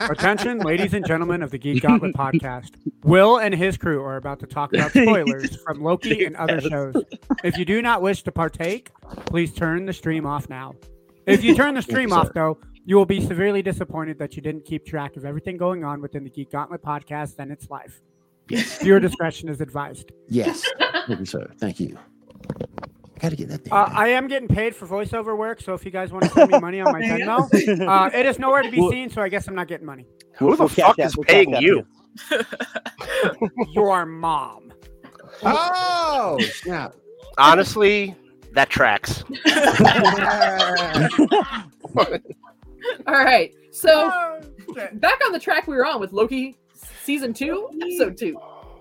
E: Attention, ladies and gentlemen of the Geek Gauntlet podcast. Will and his crew are about to talk about spoilers from Loki and other shows. If you do not wish to partake, please turn the stream off now. If you turn the stream off, though, you will be severely disappointed that you didn't keep track of everything going on within the Geek Gauntlet podcast and its life. Viewer discretion is advised.
B: Yes. Thank you, sir. Thank you. I gotta get that thing.
E: Uh, I am getting paid for voiceover work, so if you guys want to send me money on my
F: There you go.
E: Venmo, uh, it is nowhere to be
I: Well-
E: seen, so I guess I'm not getting money.
C: Who the
I: We'll catch
C: fuck
I: up,
C: is
I: we'll catch
C: paying
I: up.
C: you?
E: Your mom.
B: oh,
D: *laughs*
B: snap.
C: Honestly, that tracks.
D: All right. So back on the track we were on with Loki season two, episode two.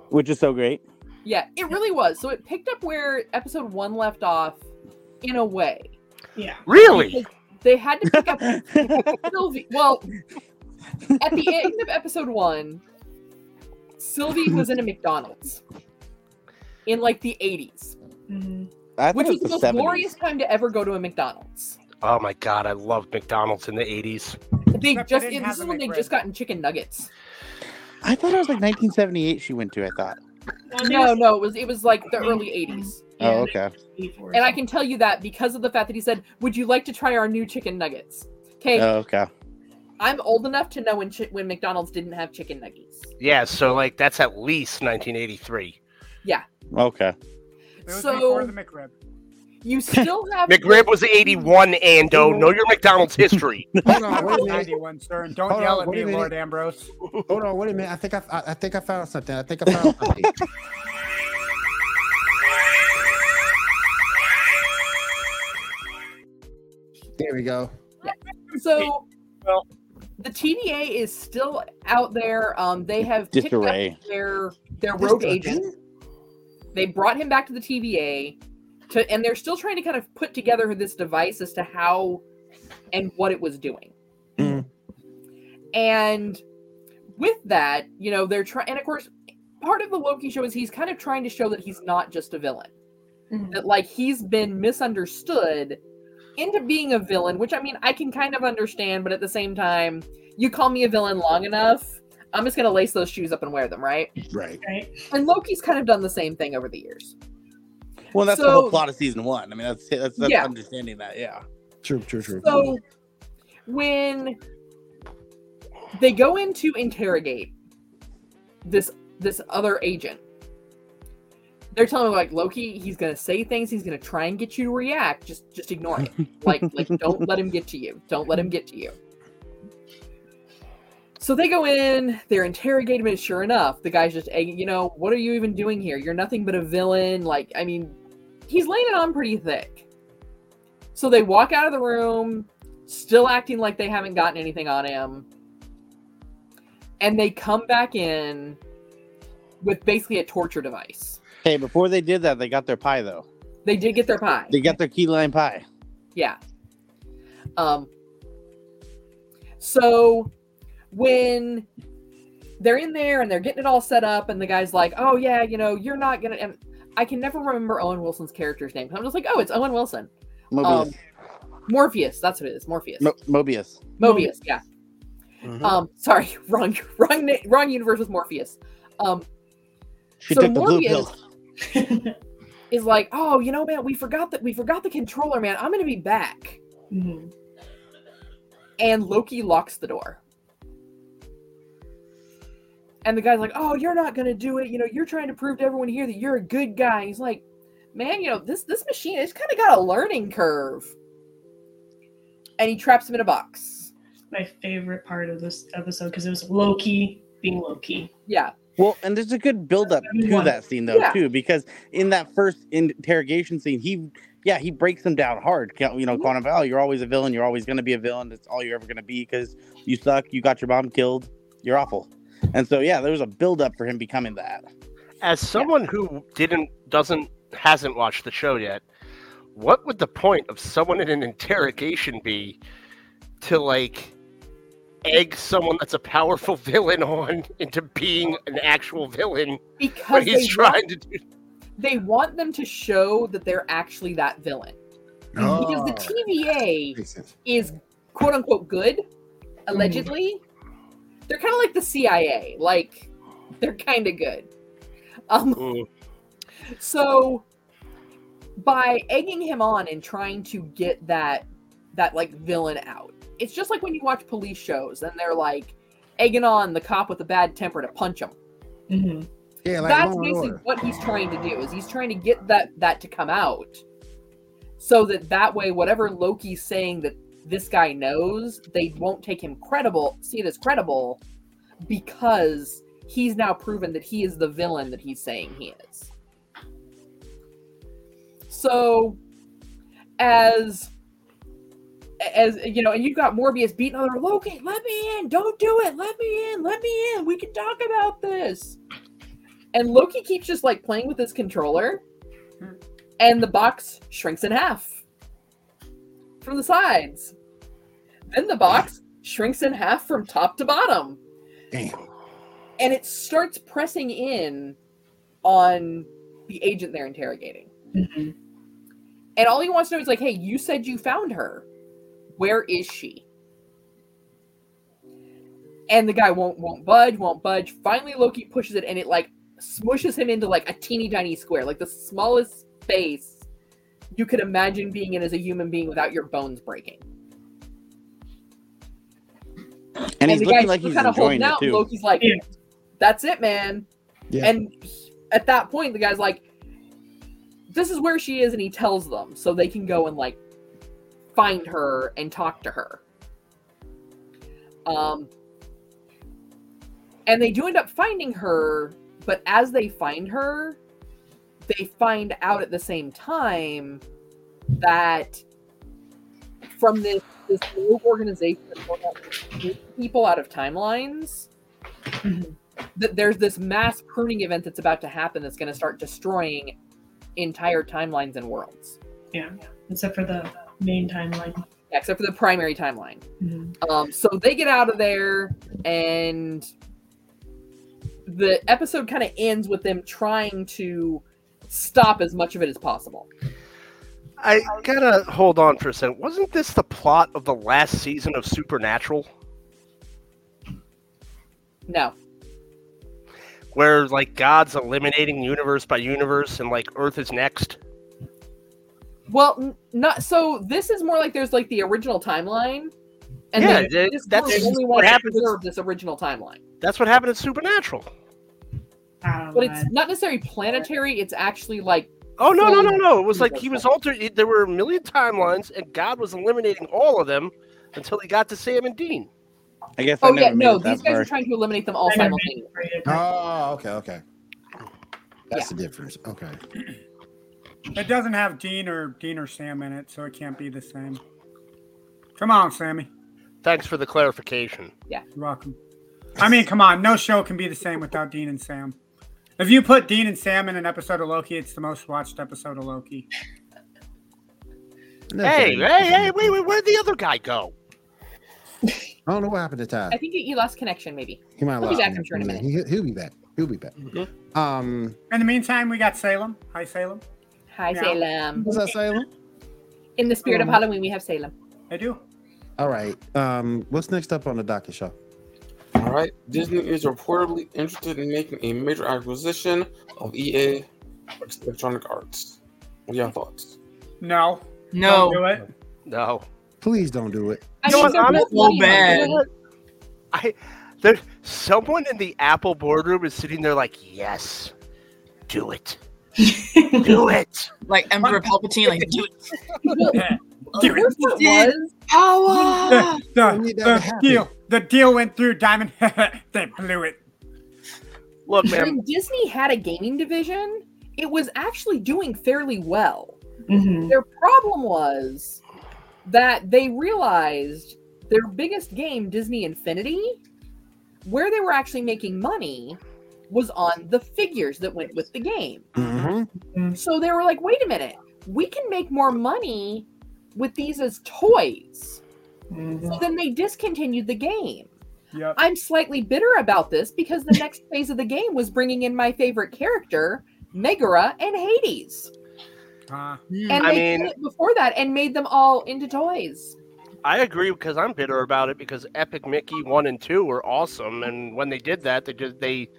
I: Which is so *laughs* great.
D: Yeah, it really was. So it picked up where episode one left off in a way.
F: *laughs* yeah.
C: Really?
D: They had to pick up
I: *laughs*
D: Sylvie. Well, at the end of episode one, Sylvie was in a McDonald's in like the 80s,
F: Mhm.
I: I
D: which was
I: think it
D: the
I: was
D: most
I: the 70s.
D: glorious time to ever go to a McDonald's.
C: Oh my god, I loved McDonald's in the 80s.
D: They
E: Except they
D: just,
E: didn't
D: and
E: have
D: this is
E: the
D: when they
E: McRib.
D: just gotten chicken nuggets.
I: I thought it was like 1978 she went to, I thought.
F: Well,
D: No,
F: there's-
D: no, it was it was like the early 80s.
I: Oh, okay.
F: before.
D: And I can tell you that because of the fact that he said, "Would you like to try our new chicken nuggets?" Okay,
I: Oh, okay.
D: I'm old enough to know when chi- when McDonald's didn't have chicken nuggets.
C: Yeah, so like that's at least 1983.
I: Okay.
D: So-
E: before the McRib.
D: You still have
C: McRib was 81 and oh, know your McDonald's history.
B: *laughs* Hold on, wait a minute.
E: 91, sir. And don't
B: Hold on,
E: yell at
B: wait a
E: me,
B: minute.
E: Lord Ambrose.
B: Hold on, wait a minute. I think I, I, I think I found something. I think I found something. there we go.
D: so the TDA is still out there. Um, they have picked up
I: Disarray.
D: their their
B: This
D: rogue
B: the
D: agent.
B: thing?
D: They brought him back to the TVA, to and they're still trying to kind of put together this device as to how and what it was doing.
B: Mm.
D: And with that, you know, they're trying, and of course, part of the Loki show is he's kind of trying to show that he's not just a villain.
F: Mhm.
D: that like he's been misunderstood into being a villain, which I mean I can kind of understand, but at the same time, you call me a villain long enough, I'm just gonna lace those shoes up and wear them, right?
B: Right.
F: Right.
D: And Loki's kind of done the same thing over the years.
I: Well, that's the
D: So-
I: whole plot of season one. I mean, that's that's, that's
D: Yeah.
I: understanding that. Yeah.
B: True, true, true.
D: So when they go in to interrogate this this other agent, they're telling me like Loki, he's gonna say things, he's gonna try and get you to react. Just just ignore it. like like don't let him get to you. Don't let him get to you. So they go in, they're interrogated, and sure enough, the guy's just, hey, you know, what are you even doing here? You're nothing but a villain. Like, I mean, he's laying it on pretty thick. So they walk out of the room, still acting like they haven't gotten anything on him. And they come back in with basically a torture device.
I: Hey, before they did that, they got their pie though.
D: They did get their pie.
I: They got their key lime pie.
D: Yeah. Um. So when they're in there and they're getting it all set up, and the guy's like, "Oh yeah, you know, you're not gonna." And I can never remember Owen Wilson's character's name. I'm just like, "Oh, it's Owen Wilson."
I: Mobius.
D: Um, Morpheus. That's what it is. Morpheus.
I: Mo- Mobius.
D: Mobius. Yeah. Um. Sorry. *laughs* Wrong. Wrong. na- Wrong universe with Morpheus. Um.
I: She
D: So
I: took the blue
D: Morbius-
I: pill.
D: is like, oh, you know, man, we forgot that we forgot the controller, man. I'm gonna be back. Mm-hmm.
F: Mhm.
D: And Loki locks the door. And the guy's like, oh, you're not gonna do it. You know, you're trying to prove to everyone here that you're a good guy. And he's like, man, you know, this this machine, it's kind of got a learning curve. And he traps him in a box.
F: My favorite part of this episode because it was Loki being Loki.
D: Yeah.
I: Well, and there's a good build up to
F: One.
I: that scene though
D: Yeah.
I: too, because in that first interrogation scene, he yeah he breaks them down hard. Ca- You know, Quantum Val, you're always a villain. You're always going to be a villain. That's all you're ever going to be because you suck. You got your mom killed. You're awful. And so yeah, there was a build up for him becoming that.
C: As someone who didn't doesn't hasn't watched the show yet, what would the point of someone in an interrogation be to like egg someone that's a powerful *laughs* villain on into being an actual villain
D: Because
C: when
D: they,
C: he's trying to do
D: they want them to show that they're actually that villain. Because the TVA
B: Oh, makes sense.
D: is quote unquote good, allegedly, they're kind of like the CIA. Like they're kind of good. Um, so by egging him on and trying to get that that like villain out, it's just like when you watch police shows and they're like egging on the cop with a bad temper to punch him.
F: hmm
B: Yeah, like
D: That's
B: Law and
D: basically
B: Order.
D: what he's trying to do is he's trying to get that that to come out so that that way whatever Loki's saying that this guy knows, they won't take him credible, see it as credible because he's now proven that he is the villain that he's saying he is. So as as you know, and you've got Morbius beating on her, Loki, let me in, don't do it, let me in, let me in, we can talk about this. And Loki keeps just like playing with his controller, and the box shrinks in half from the sides. Then the box shrinks in half from top to bottom,
B: Damn.
D: and it starts pressing in on the agent they're interrogating.
F: hmm
D: And all he wants to know is like, hey, you said you found her. Where is she? And the guy won't won't budge, won't budge. Finally Loki pushes it and it like smushes him into like a teeny tiny square, like the smallest space you could imagine being in as a human being without your bones breaking.
I: And, he's
D: the
I: looking
D: guy's
I: like
D: still
I: he's
D: kinda
I: enjoying it
D: out, and
I: too.
D: Loki's like,
F: Yeah.
D: that's it, man.
B: Yeah.
D: And he- at that point, the guy's like, this is where she is, and he tells them so they can go and like find her and talk to her. Um, and they do end up finding her, but as they find her, they find out at the same time that from this this new organization that's going out to take people out of timelines that there's this mass pruning event that's about to happen that's going to start destroying entire timelines and worlds
F: Yeah. Except for the main timeline.
D: Yeah, except for the primary timeline
F: Mhm.
D: um, so they get out of there and the episode kind of ends with them trying to stop as much of it as possible
C: I gotta hold on for a second. Wasn't this the plot of the last season of Supernatural?
D: no
C: Where like God's eliminating universe by universe and like Earth is next?
D: well n- not so this is more like there's like the original timeline and
C: Yeah,
D: then
C: that-
D: this
C: that's
D: group only
C: what
D: wants to
C: happens.
D: preserve this original timeline
C: That's what happened in Supernatural.
F: I don't
D: But
F: know.
D: it's not necessarily planetary. It's actually like
C: Oh no no no no! It was like he was altered. There were a million timelines, and God was eliminating all of them until he got to Sam and Dean.
I: I guess I
D: Oh
I: never
D: yeah,
I: made
D: no,
I: it that
D: these guys
I: far.
D: are trying to eliminate them all
F: I never
D: simultaneously.
B: Oh, okay, okay. That's the difference. Okay.
E: It doesn't have Dean or Dean or Sam in it, so it can't be the same. Come on, Sammy.
C: Thanks for the clarification.
E: You're welcome. I mean, come on. No show can be the same without Dean and Sam. If you put Dean and Sam in an episode of Loki, it's the most watched episode of Loki.
C: Hey hey hey! Wait wait! Where'd the other guy go?
B: I don't know what happened to Ty.
D: I think he lost connection, maybe.
B: He might have
D: He'll be
B: lost
D: back,
B: me.
D: I'm sure, in a minute.
B: He, he'll be back. He'll be back. Um,
E: In the meantime, we got Salem. Hi, Salem.
D: Hi,
E: Yeah.
D: Salem.
B: was that Salem?
D: In the spirit
G: Um,
D: of Halloween, we have Salem.
E: I do.
B: All right. Um, what's next up on the docket, Shaw?
H: All right. Disney is reportedly interested in making a major acquisition of EA Electronic Arts. What are your thoughts?
E: No. Don't
G: No.
E: do it.
C: No.
B: Please don't do it.
D: I
G: You know
D: mean,
G: what,
D: they're
G: honest-
D: both money
G: so bad.
D: hungry.
C: I there. Someone in the Apple boardroom is sitting there like, yes, do
D: *laughs*
C: it, do it.
G: Like Emperor Palpatine, like dude, *laughs*
D: The worst part
G: Dude.
D: was,
G: power. *laughs*
E: The, *laughs* the-
B: We need that
E: the
B: to happen.
E: deal. The deal went through. Diamond. *laughs* they blew it.
C: Look, man.
D: when Disney had a gaming division, it was actually doing fairly well. *laughs*
F: Mhm.
D: Their problem was that they realized their biggest game, Disney Infinity, where they were actually making money was on the figures that went with the game.
B: Mm-hmm.
D: So they were like, wait a minute, we can make more money with these as toys.
F: Mhm.
D: So then they discontinued the game.
E: Yep.
D: I'm slightly bitter about this because
E: *laughs*
D: the next phase of the game was bringing in my favorite character, Megara and Hades.
E: Uh,
D: And
C: I
D: they did
C: mean-
D: it before that and made them all into toys.
C: I agree because I'm bitter about it because Epic Mickey one and two were awesome, and when they did that, they just they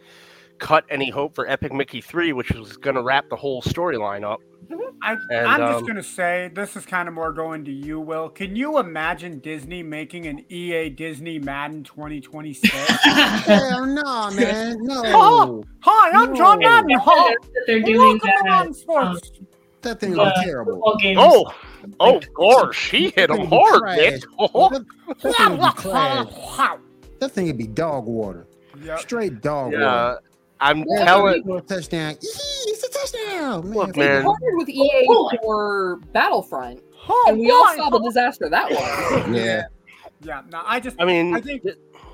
C: cut any hope for Epic Mickey three, which was going to wrap the whole storyline up.
E: I,
C: And,
E: I'm
C: um,
E: just gonna say this is kind of more going to you, Will. Can you imagine Disney making an EA Disney Madden 2026?
F: *laughs*
B: Hell no,
C: *laughs*
B: man. No.
E: Oh. Hi, I'm
F: *laughs*
E: John
B: No.
E: Madden. Hi,
F: that they're
E: and
F: doing
E: welcome
F: that. um,
E: to Madden Sports.
B: That thing was
F: Uh,
B: terrible.
F: football games.
C: Oh, oh, gosh, she hit him hard, *laughs* Nick. Oh,
B: That, that thing would be trash.
E: Wow.
B: That thing would be dog water.
E: Yep.
B: Straight dog
C: yeah, I'm
D: Well,
C: telling.
B: water. Touchdown. Yee, It's a touchdown. Man,
C: Look,
B: if they
D: They
C: man.
D: partnered with EA
F: Oh, boy.
D: for Battlefront,
E: Oh,
D: and we all
E: my-
D: saw the disaster
E: *laughs*
D: that was.
B: Yeah.
E: Yeah, no, I just,
C: I mean,
E: I think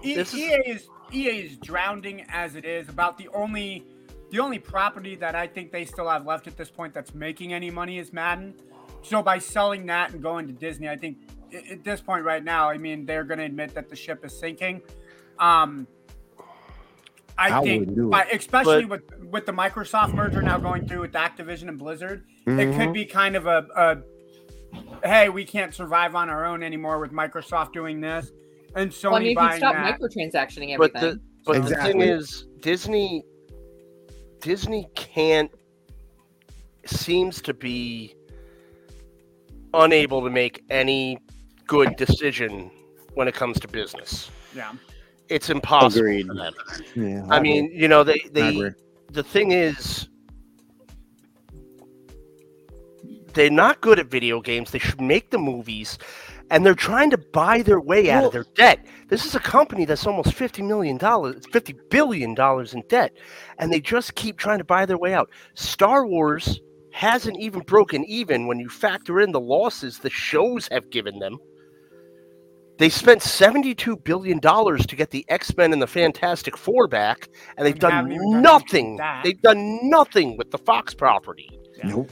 E: E-
C: this is-
E: EA is EA is drowning as it is. About the only, the only property that I think they still have left at this point that's making any money is Madden. So by selling that and going to Disney, I think i- at this point right now, I mean they're going to admit that the ship is sinking. Um, I,
B: I
E: think,
B: wouldn't do it.
E: by- especially with with the Microsoft merger now going through with Activision and Blizzard, it
B: Mm-hmm.
E: could be kind of a, a hey we can't survive on our own anymore with microsoft doing this and sony
D: Well, I mean, if you
E: buying
D: stop
E: that
D: microtransactioning everything.
C: but the but the thing
B: Exactly.
C: is, Disney Disney can't seems to be unable to make any good decision when it comes to business.
E: yeah
C: It's impossible.
I: Agreed.
C: for them.
B: Mm-hmm. Yeah,
C: I mean, you know, they
B: I
C: they
B: agree.
C: the thing is they're not good at video games they should make the movies and they're trying to buy their way out of their debt this is a company that's almost 50 million dollars 50 billion dollars in debt and they just keep trying to buy their way out star wars hasn't even broken even when you factor in the losses the shows have given them they spent 72 billion dollars to get the x-men and the fantastic four back and they've
E: And
C: done
E: haven't even done
C: nothing
E: that.
C: they've done nothing with the fox property
B: nope.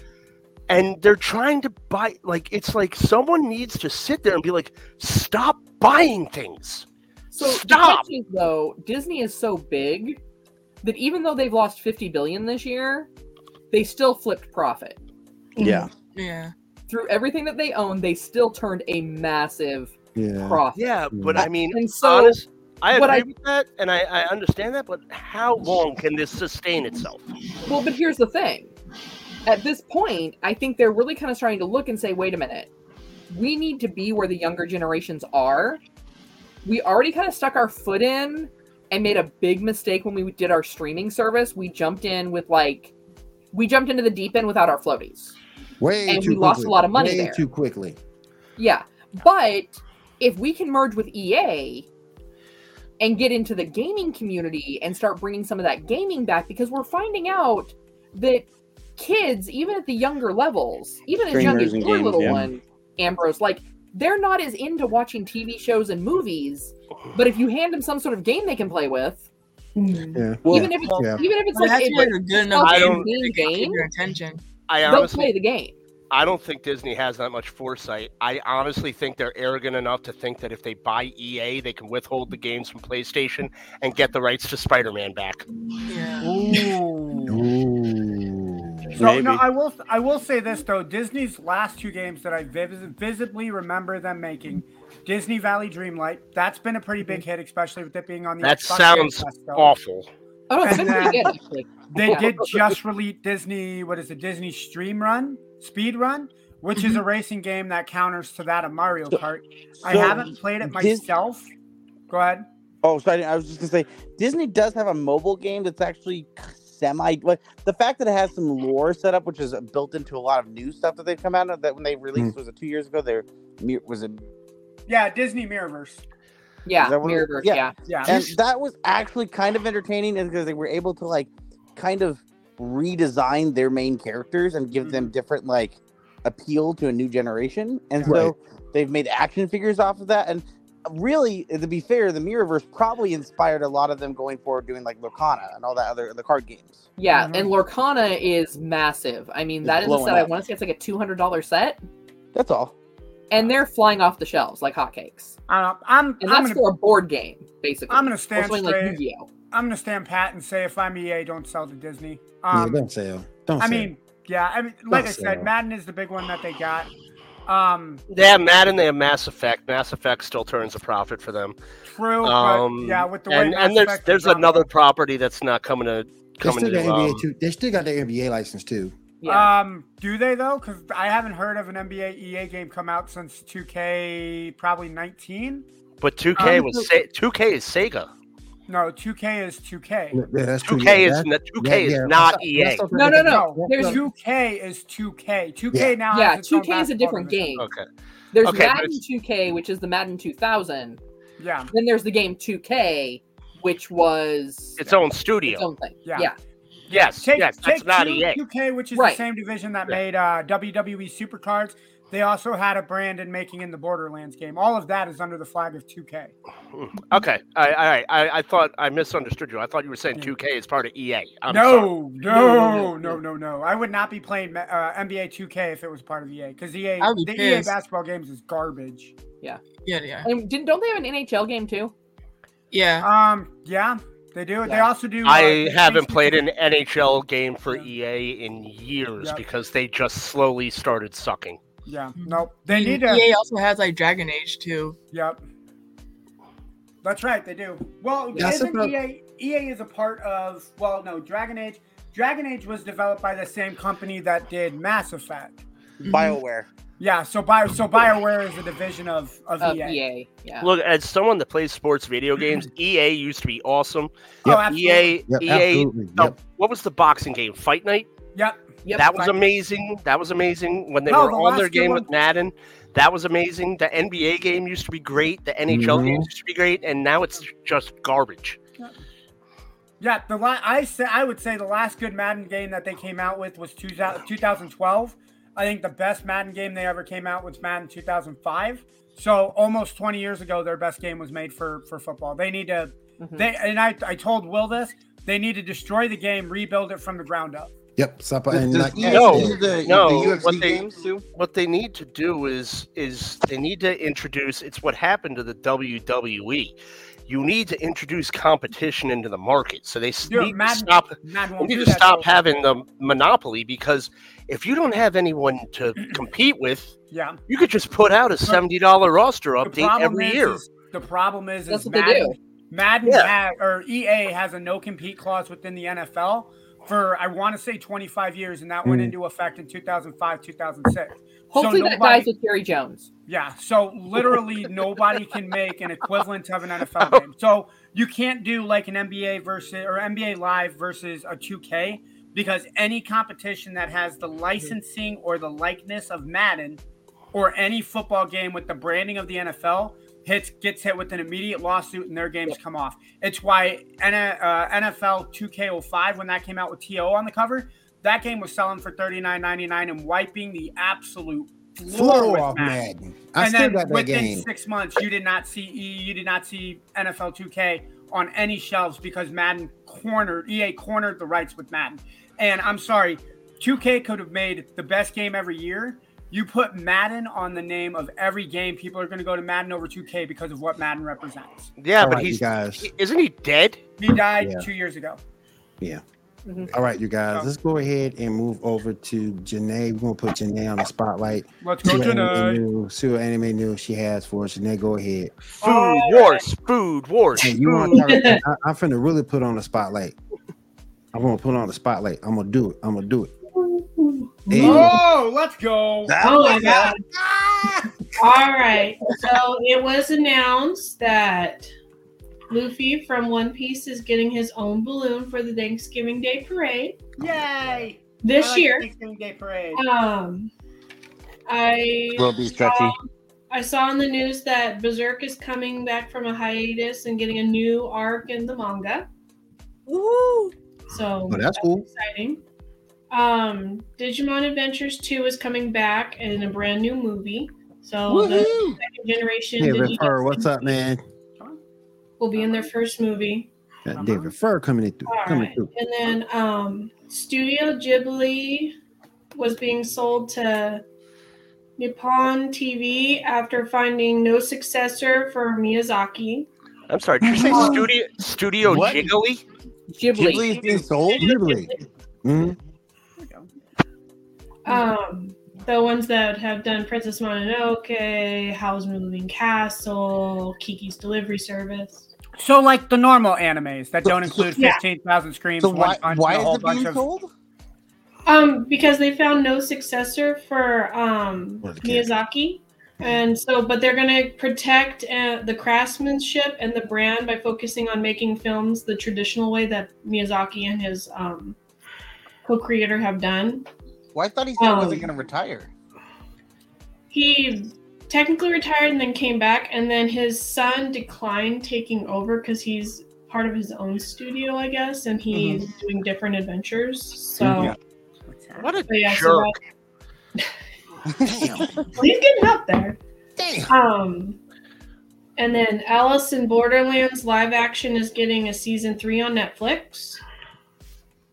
C: and they're trying to buy like it's like someone needs to sit there and be like stop buying things
D: so
C: Stop!
D: the catch is, though, Disney is so big that even though they've lost 50 billion this year, they still flipped profit.
I: Yeah.
G: Yeah.
D: Through everything that they owned, they still turned a massive
B: Yeah.
D: profit.
C: yeah but i mean
D: And so
C: honest i
D: what
C: agree
D: I-
C: with that and I, I understand that but how long can this sustain itself
D: Well, but here's the thing. At this point, I think they're really kind of starting to look and say, wait a minute, we need to be where the younger generations are. We already kind of stuck our foot in and made a big mistake when we did our streaming service. We jumped in with like, we jumped into the deep end without our floaties.
B: Way
D: And
B: too
D: we
B: quickly.
D: lost a lot of money
B: Way
D: there.
B: too quickly.
D: Yeah. But if we can merge with EA and get into the gaming community and start bringing some of that gaming back, because we're finding out that kids, even at the younger levels, even as young as
I: Streamers and
D: your
I: games,
D: little
I: yeah.
D: one, Ambrose, like they're not as into watching TV shows and movies. But if you hand them some sort of game they can play with,
F: Mm-hmm.
B: Yeah.
D: even if it's,
B: yeah.
D: even if it's
G: Well,
D: like,
G: that's
D: it-
G: like a good
D: it's
G: enough
D: not
C: game
D: a main game,
G: your attention.
C: I
D: they'll
C: honestly,
D: play the game.
C: I don't think Disney has that much foresight. I honestly think they're arrogant enough to think that if they buy EA, they can withhold the games from PlayStation and get the rights to Spider-Man back.
G: Yeah.
E: Ooh.
B: Ooh.
E: So
I: Maybe.
E: no, I will. I will say this though: Disney's last two games that I vis- visibly remember them making, Disney Valley Dreamlight. That's been a pretty big hit, especially with it being on the.
C: That
E: Xbox
C: sounds
E: Game Pass,
C: *laughs*
E: though.
C: awful.
D: Oh no, it's
E: And
D: been pretty
E: then-
D: good actually.
E: They did just release Disney. What is it? Disney Stream Run, Speed Run, which is a racing game that counters to that of Mario
I: Mm-hmm. So-
E: Kart. I
I: So,
E: haven't played it
I: Dis-
E: myself. Go ahead.
I: Oh, sorry. I was just gonna say Disney does have a mobile game that's actually semi. Like the fact that it has some lore set up, which is built into a lot of new stuff that they've come out of. That when they released was it two years ago? There was it.
E: Yeah, Disney Mirrorverse.
D: Yeah,
I: that what it-
D: Mirrorverse,
I: yeah.
D: yeah.
E: Yeah.
I: and that was actually kind of entertaining because they were able to like kind of redesign their main characters and give
E: Mm-hmm.
I: them different like appeal to a new generation and so they've made action figures off of that and really to be fair the mirrorverse probably inspired a lot of them going forward doing like locana and all that other the card games
D: Yeah,
E: Mhm.
D: and Lorcana is massive. I mean,
I: It's
D: that is a
I: blowing
D: set I
I: up.
D: want to say it's like a two hundred dollar set,
I: that's all
D: and they're flying off the shelves like hotcakes.
E: Uh, I'm.
D: And
E: I'm
D: that's
E: gonna.
D: for a board game, basically.
E: I'm gonna
D: Or
E: stand
D: something like
E: straight. Uh,
D: Yu-Gi-Oh.
E: I'm gonna stand pat and say if I'm EA, don't sell to Disney.
B: Yeah,
E: Um,
B: don't sell. Don't
E: I
B: sell.
E: mean, yeah, I mean, like I
B: Don't
E: said,
B: sell.
E: Madden is the big one that they got. Um,
C: They have Madden, they have Mass Effect. Mass Effect still turns a profit for them.
E: true,
C: Um,
E: but yeah, with the way
C: and,
E: Mass
C: and there's
E: Effect
C: there's
E: is on-
C: another property that's not coming to
B: they
C: coming
B: still got
C: to.
B: NBA
C: um,
B: too. They still got their NBA license too.
D: Yeah.
E: Um, do they though? Because I haven't heard of an NBA EA E game come out since 2K, probably 19.
C: but 2K
E: um,
C: was Se- 2K is Sega.
E: No, 2K is 2K.
B: Yeah, that's true.
C: 2K
B: Yeah,
C: is
B: that-
C: not 2K
B: that-
C: is
B: yeah,
C: not E
B: that's-
C: EA.
B: that's something
D: No,
B: they
D: no,
B: can-
D: no. There's
E: 2K is 2K. 2K
B: Yeah.
E: now.
D: yeah,
E: has its own
D: two K is E a
E: basketball
D: different
E: division.
D: game.
C: Okay.
D: There's
C: Okay, but
D: Madden
C: it's-
D: two K, which is the Madden two thousand.
E: Yeah,
D: Then there's the game two K, which was
C: Its own
D: its
C: studio.
D: own thing.
E: Yeah.
D: Yeah.
C: Yes,
E: take,
C: yes,
E: take
C: that's not E
E: two,
C: EA.
E: 2K, which is the
D: Right.
E: same division that
C: Yeah.
E: made uh, WWE Supercards. They also had a brand in making in the Borderlands game. All of that is under the flag of 2K.
C: Hmm. Okay, all right, all right. I, I thought I misunderstood you. I thought you were saying
E: Yeah.
C: 2K is part of EA. I'm sorry.
E: no, no, no, no, no, I would not be playing uh, NBA 2K if it was part of E EA because EA
G: I'd be
E: the
G: pissed.
E: EA basketball games is garbage.
G: Yeah, yeah.
D: And didn't don't they have an NHL game too?
G: Yeah.
E: Um, yeah, they do. They
D: Yeah.
E: also do. uh,
C: I haven't
E: 360
C: played an NHL game for
E: Yeah.
C: EA in years
E: Yep.
C: because they just slowly started sucking.
E: Yeah, nope. They
G: And
E: need
D: E
E: to.
G: EA also has like Dragon Age too.
E: Yep. That's right, they do. Well,
B: Yeah,
E: isn't
B: so-
E: EA EA is a part of well, no, Dragon Age. Dragon Age was developed by the same company that did Mass Effect.
I: bioware
E: Yeah, so Bio so BioWare is a division of of E
D: Of E
E: EA.
D: EA. Uh, Yeah.
C: Look, as someone that plays sports video games, EA used to be awesome. E
E: Oh,
B: Yep.
E: absolutely.
C: EA,
B: Yep,
C: EA.
B: absolutely.
C: no,
B: Yep.
C: what was the boxing game? Fight Night.
E: Yep.
D: Yep.
C: that was
E: Fight Night.
C: amazing. That was amazing when they
E: No,
C: were
E: the
C: on their
E: last good
C: game
E: one-
C: with Madden. That was amazing. The NBA game used to be great. The NHL
B: Mhm.
C: game used to be great, and now it's just garbage.
E: Yeah, the la- I say I would say the last good Madden game that they came out with was 2000 2012. I think the best Madden game they ever came out was Madden 2005. So almost 20 years ago, their best game was made for for football. They need to
D: Mhm.
E: They and I, I told Will this. They need to destroy the game, rebuild it from the ground up.
B: Yep. Stop and E like
C: No,
I: These are the,
C: no,
I: the UFC
C: what they-
I: games too
C: What they need to do is is they need to introduce. It's what happened to the WWE. You need to introduce competition into the market. So they s-
E: Dude,
C: need to
E: Madden-
C: stop
E: Madden
C: we
E: won't
C: need
E: do
C: to
E: that,
C: stop
E: though.
C: having the monopoly because if you don't have anyone
E: *clears throat*
C: to compete with,
E: Yeah,
C: you could just put out a seventy dollar roster
E: The
C: update
E: problem
C: every
E: is-
C: year.
E: is- the problem is,
D: That's
E: is
D: what they
E: Madden,
D: do.
E: Madden
C: Yeah.
E: ha- or EA has a no compete clause within the NFL for I want to say 25 years, and that went
C: Hmm.
B: Mm.
E: into effect in 2005, 2006.
D: Hopefully
E: so
D: that
E: nobody-
D: dies with Jerry Jones.
E: Yeah, so literally nobody can make an equivalent of an NFL game. So you can't do like an NBA versus or NBA Live versus a 2K because any competition that has the licensing or the likeness of Madden or any football game with the branding of the NFL hits gets hit with an immediate lawsuit and their games come off. It's why N- uh, NFL 2K05 when that came out with TO on the cover, that game was selling for $39.99 and wiping the absolute floor
B: Flow
E: with
B: off
E: Madden
B: Madden. I
E: and
B: still
E: then
B: got that
E: within
B: game.
E: six months, you did not see E you did not see NFL 2K on any shelves because Madden cornered EA cornered the rights with Madden. And I'm sorry, 2K could have made the best game every year. You put Madden on the name of every game, people are going to go to Madden over 2K because of what Madden represents.
C: Yeah,
B: All
C: but
B: right, you
C: he's
B: guys.
C: isn't he dead?
E: He died
B: Yeah.
E: two years ago.
B: Yeah. All right, you guys. Let's go ahead and move over to Janae. We're gonna put Janae on the spotlight.
E: Let's
B: See
E: go
B: what
E: to
B: anime
E: the
B: news, see what anime news she has for us. Janae, go ahead.
C: Food wars, food wars.
B: Hey, you want to talk about, I, I'm finna really put on the spotlight. I'm gonna put on the spotlight. I'm gonna do it. I'm gonna do it. There you go.
E: Oh, let's go.
F: Oh my god.
E: *laughs*
F: All right. So it was announced that Luffy from One Piece is getting his own balloon for the Thanksgiving Day parade
E: Yay. I
F: this
E: like
F: year.
E: Thanksgiving Day parade.
F: Um I
I: Will be stretchy.
F: I saw in the news that Berserk is coming back from a hiatus and getting a new arc in the manga.
G: Woo!
F: So
B: Oh, that's cool.
F: exciting. Um, Digimon Adventures 2 is coming back in a brand new movie. So the
B: Woohoo!
F: second generation
B: David
F: Digimon
B: Fur, what's up, man?
F: will be in their first movie.
B: That David Fur coming in through.
F: Uh-huh. All
B: coming
F: right.
B: through.
F: And then um, Studio Ghibli was being sold to Nippon TV after finding no successor for Miyazaki.
C: I'm sorry, did you say
F: Um,
C: studio studio
I: What?
C: jiggly?
D: Ghibli.
I: Ghibli is being sold.
B: Literally. Mhm.
F: Um, the ones that have done Princess Mononoke, Howl's Moving Castle, Kiki's Delivery Service.
E: So, like the normal animes that
I: So-
E: don't include
F: yeah.
E: 15,000 screams,
I: So
E: one
I: why
E: punch,
I: why
E: and a whole
I: is it
E: bunch
I: being
E: of
I: sold?
F: Um, because they found no successor for um,
B: One of the characters.
F: Miyazaki. And so, but they're going to protect uh, the craftsmanship and the brand by focusing on making films the traditional way that Miyazaki and his um, co creator have done.
I: Well, I thought he said he
F: Um,
E: Oh.
I: wasn't going to retire.
F: He technically retired and then came back, and then his son declined taking over because he's part of his own studio, I guess, and he's doing different adventures. So,
I: Yeah.
C: What a
F: so yeah, so
C: jerk.
I: *laughs* Damn.
F: that- he's getting up there.
I: Damn.
F: Um, and then Alice in Borderlands live action is getting a season three on Netflix.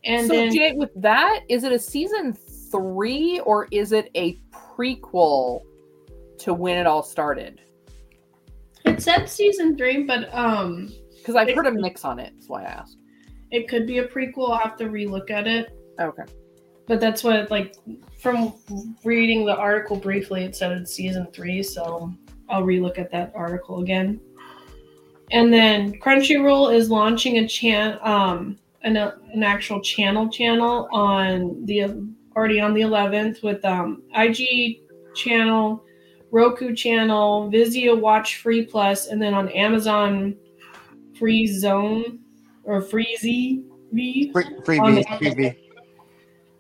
F: And
D: so,
F: then
D: Jay, with that, is it a season three or is it a prequel to when it all started?
F: it said season three, but um,
D: Because I've heard a mix on it. That's why I asked.
F: it could be a prequel. I'll have to relook at it.
D: Okay.
F: But that's what, like, from reading the article briefly, it said it's season three. So I'll relook at that article again. And then Crunchyroll is launching a chan um, an, an actual channel channel on the already on the 11th with um, IG channel, Roku channel, Vizio Watch Free Plus, and then on Amazon Free Zone or Free Z V.
I: Free, freebie, freebie.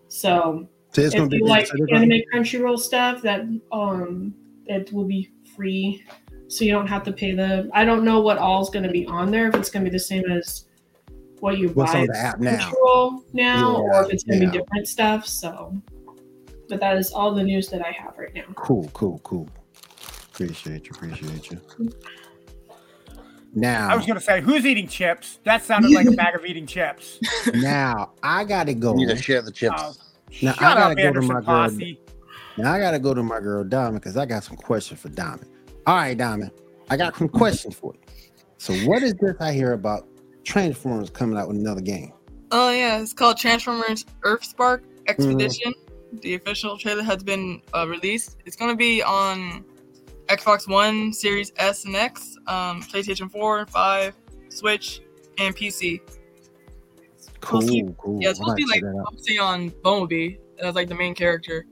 F: So
B: So it's gonna
F: if
B: be
F: you like
B: so they're gonna-
F: anime Crunchyroll stuff, that um that will be free, so you don't have to pay the. I don't know what all's going to be on there. If it's going to be the same as what you
B: what's
F: buy
B: on the app now.
F: Crunchyroll now,
B: Yeah,
F: or if it's going to
B: yeah.
F: be different stuff. So, but that is all the news that I have right now.
B: Cool, cool, cool. Appreciate you, appreciate you. Now
E: I was gonna say, who's eating chips? That sounded like a bag of eating chips.
F: *laughs*
B: now I gotta go.
I: You need to share the chips.
E: Oh,
B: Now, I
E: shut
B: gotta
E: up,
B: go to
E: Anderson
B: my girl.
E: Posse.
B: Now I gotta go to my girl Diamond because I got some questions for Diamond. All right, Diamond, I got some questions for you. So, what is this I hear about Transformers coming out with another game?
G: Oh yeah, it's called Transformers Earthspark Expedition. The official trailer has been uh, released. It's gonna be on Xbox One, Series S and X, um, PlayStation 4, 5, Switch, and PC.
B: Cool,
G: Supposed to be-
B: cool.
G: Yeah, it's
B: I
G: supposed to be
B: check
G: like
B: that out.
G: focusing on Bumblebee as like the main character.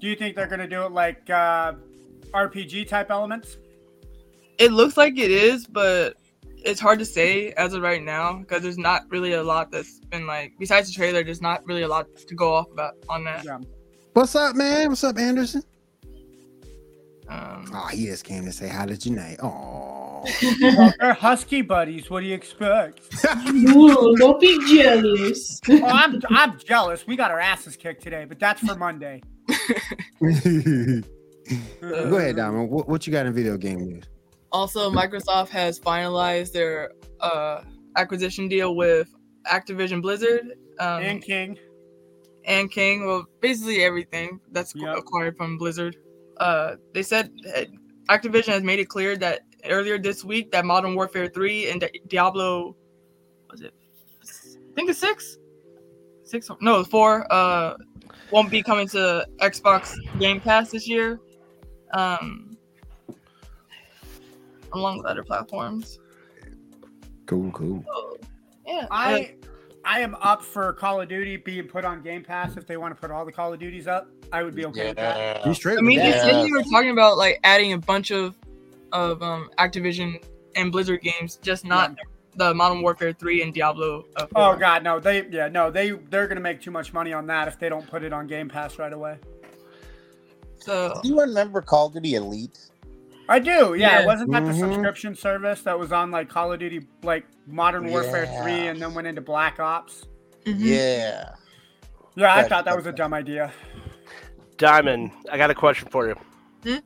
E: Do you think they're gonna do it like uh, RPG type elements?
G: It looks like it is, but it's hard to say as of right now because there's not really a lot that's been like besides the trailer. There's not really a lot to go off about on that.
B: What's up, man? What's up, Anderson?
G: Um,
B: Oh, he just came to say hi to Janae. Oh,
E: Well, they're husky buddies. What do you expect?
B: *laughs*
F: Ooh, don't be jealous.
E: Oh, I'm I'm jealous. We got our asses kicked today, but that's for Monday.
B: go ahead, Diamond. What, what you got in video game news?
G: Also, Microsoft has finalized their uh, acquisition deal with Activision Blizzard um,
E: And
G: and,
E: King.
G: King. Well, basically everything that's qu-
E: Yep.
G: acquired from Blizzard. Uh, they said uh, Activision has made it clear that earlier this week that Modern Warfare 3 and Di- Diablo, was it? I think it's six, six. No, four. Uh, won't be coming to Xbox Game Pass this year. Um, along with other platforms.
B: Cool, cool.
G: Yeah.
E: I I am up for Call of Duty being put on Game Pass if they want to put all the Call of Duties up. I would be okay with that.
H: Yeah.
B: You straight
G: I mean,
B: with
G: they
B: that?
G: said
H: Yeah.
G: they were talking about like adding a bunch of of um, Activision and Blizzard games, just not the Modern Warfare 3 and Diablo. Uh, 4.
E: Oh god, no. They yeah, no. They they're going to make too much money on that if they don't put it on Game Pass right away.
G: So
I: Do you remember Call of Duty Elite?
E: I do. Yeah,
G: Yeah.
E: wasn't that the
B: Mhm.
E: subscription service that was on like Call of Duty like Modern Warfare
I: Yeah.
E: 3 and then went into Black Ops?
G: mhm.
I: Yeah.
E: Yeah, I
I: That-
E: thought that was a dumb idea.
C: Diamond, I got a question for you.
G: Hmm?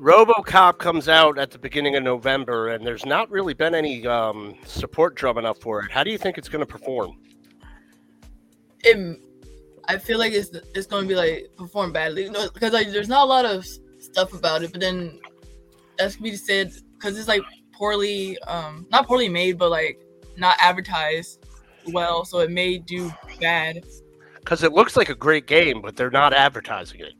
C: RoboCop comes out at the beginning of November, and there's not really been any um, support drumming up for it. How do you think it's going to perform?
G: it, I feel like it's it's going to be like perform badly, you know, because like there's not a lot of s- stuff about it. But then, as we said, because it's like poorly, um, not poorly made, but like not advertised well, so it may do bad.
C: Because it looks like a great game, but they're not advertising it.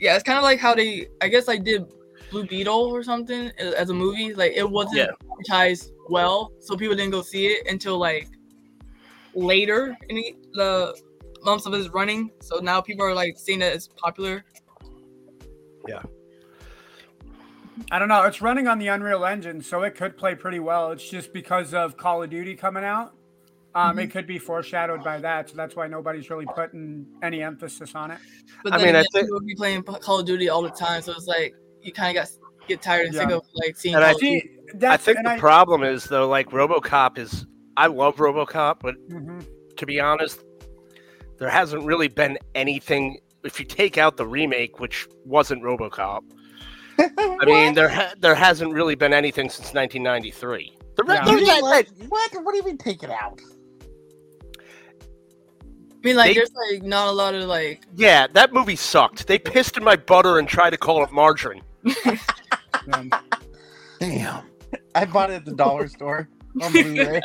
G: yeah, it's kind of like how they, I guess, like did Blue Beetle or something a- as a movie. Like it wasn't
C: Yeah.
G: advertised well, so people didn't go see it until like later in the, the months of its running. So now people are like seeing that it's popular.
E: I don't know. It's running on the Unreal Engine, so it could play pretty well. It's just because of Call of Duty coming out. Um, It could be foreshadowed by that, so that's why nobody's really putting any emphasis on it.
G: But
C: I
G: then
C: mean, I
G: again,
C: think-
G: people be playing P- Call of Duty all the time, so it's like you kind of got get tired and sick
E: Yeah.
G: of like seeing.
C: And I
G: Call of Duty.
E: See, that's,
C: I think
E: and
C: the problem is, though, like RoboCop is. I love RoboCop, but
E: Mhm.
C: *laughs* to be honest, there hasn't really been anything. If you take out the remake, which wasn't RoboCop, I mean, there ha- there hasn't really been anything since 1993. The re-
E: Yeah.
C: there's that-
I: What? What? What do you mean take it out?
G: I mean, like
C: they-
G: there's like not a lot of like.
C: Yeah, that movie sucked. They pissed in my butter and tried to call it margarine.
E: Um,
B: Damn.
I: I bought it at the dollar store
G: *laughs*
C: *laughs*
I: on Blu-ray.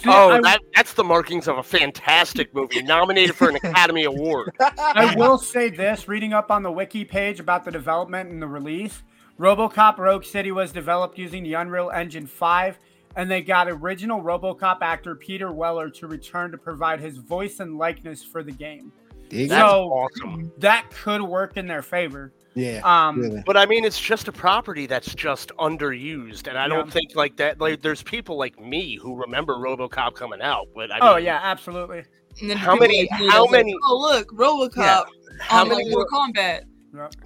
E: see,
C: Oh,
E: I,
C: that, that's the markings of a fantastic movie, nominated for an Academy Award.
E: I will say this: reading up on the wiki page about the development and the release, RoboCop Rogue City was developed using the Unreal Engine 5, and they got original RoboCop actor Peter Weller to return to provide his voice and likeness for the game.
B: Dig
C: That's
E: So-
B: it.
C: awesome.
E: That could work in their favor.
B: yeah.
E: Um,
B: really.
C: But I mean, it's just a property that's just underused, and I don't
E: Yeah.
C: think like that. Like, there's people like me who remember RoboCop coming out, but I mean,
E: Oh yeah, *laughs* absolutely.
G: And then
C: How
G: people,
C: many-
G: like,
C: how
G: like,
C: many-
G: Oh look, RoboCop
C: Yeah.
E: Um,
G: on
C: many-
G: Mortal Kombat.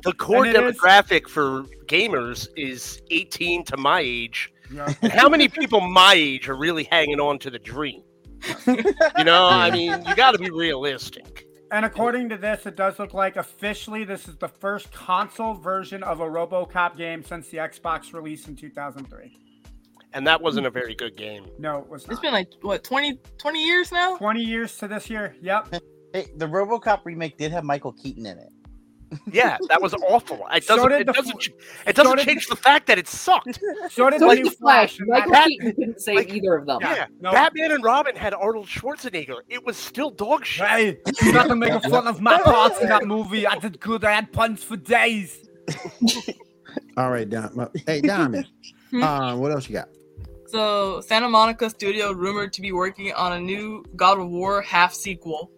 C: the core
E: And it is-
C: demographic for gamers is 18 to my age.
E: Yeah.
C: And how many people my age are really hanging on to the dream? you know, I mean, you got to be realistic.
E: *laughs* And according to this, it does look like officially this is the first console version of a RoboCop game since the Xbox release in 2003.
C: And that wasn't a very good game.
E: No, it was
G: It's
E: not.
G: been like what 20, 20 years now.
E: 20 years to this year.
G: *laughs*
E: Yep.
I: Hey, the RoboCop remake did have Michael Keaton in it.
C: Yeah, that was awful. It
E: So
C: doesn't.
E: did
C: it
E: the
C: doesn't.
E: fl-
C: ch- It doesn't
E: so did-
C: change the fact that it sucked.
E: So did
D: So
E: the
D: did
E: new
D: the Flash.
E: Flash. and
D: Michael
E: that-
D: Keaton
E: *laughs*
D: couldn't save
C: like-
D: either of them.
E: Yeah. No.
C: Batman and Robin had Arnold Schwarzenegger. It was still dog shit.
E: Hey, you got to make fun
C: *laughs*
E: of my parts in that movie. I did good. I had puns for days.
B: All right, Diamond. Hey, Diamond.
G: Hmm?
B: uh, what else you got?
G: So Santa Monica Studio rumored to be working on a new God of War half sequel.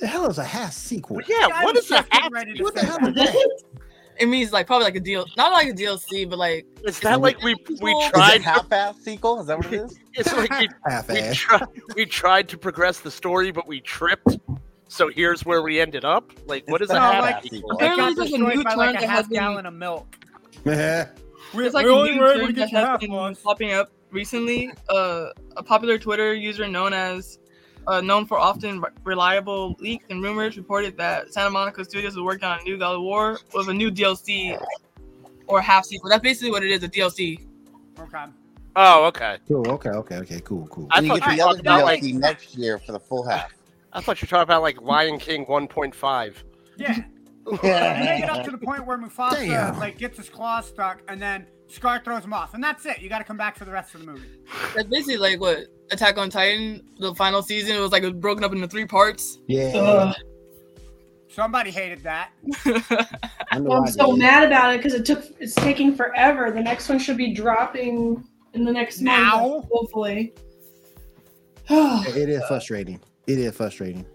B: The hell is a half sequel?
C: Well, yeah,
E: Yeah, I
C: what
E: was
C: is that?
E: just getting ready to
B: What the
E: say
B: hell
E: that.
B: is that?
G: it means like probably like a deal, not like a DLC, but like
C: Is that like we we
G: Is it
C: tried?
I: half-ass sequel? Is that what it is?
C: It's like
B: *laughs*
C: we,
B: half
C: we
B: ass.
C: tried we tried to progress the story, but we tripped. So here's where we ended up. Like, what is
I: It's
C: a
I: not
C: half
I: like-
C: ass sequel?
G: Apparently
E: got
G: there's, like, a
E: destroyed
G: new
E: by like
G: trend
E: a
G: that has
E: half
G: been-
E: gallon of milk.
G: It's like
E: we
G: a
E: only
G: new
E: were able to
G: trend that
E: get your
G: has
E: half
G: been
E: once.
G: popping up recently. Uh, a popular Twitter user known as uh, known for often re- reliable leaks and rumors reported that Santa Monica Studios was working on a new God of War with a new DLC or half sequel. That's basically what it is—a DLC.
E: Okay.
C: Oh, okay.
B: *laughs* Cool. Okay. Okay. Okay. Cool. Cool.
C: I
I: And you
C: thought
I: get
C: you
I: the
C: were talking
I: other
C: about like
I: DLC next year for the full half.
C: I thought you were talking about like Lion King 1.5.
E: Yeah. *laughs* And they get up to the point where Mufasa
B: Damn.
E: like gets his claw stuck, and then Scar throws him off, and that's it. You got to come back for the rest of the movie.
G: That's basically like what Attack on Titan, the final season, it was like it was broken up into three parts.
B: Yeah.
F: Ugh.
E: Somebody
D: *laughs*
E: hated that.
B: I know
F: Well, I'm
B: I
F: so
B: did.
F: mad about it because it took it's taking forever. The next one should be dropping in the next
E: Now?
F: month, hopefully. I
B: It is frustrating. It is frustrating.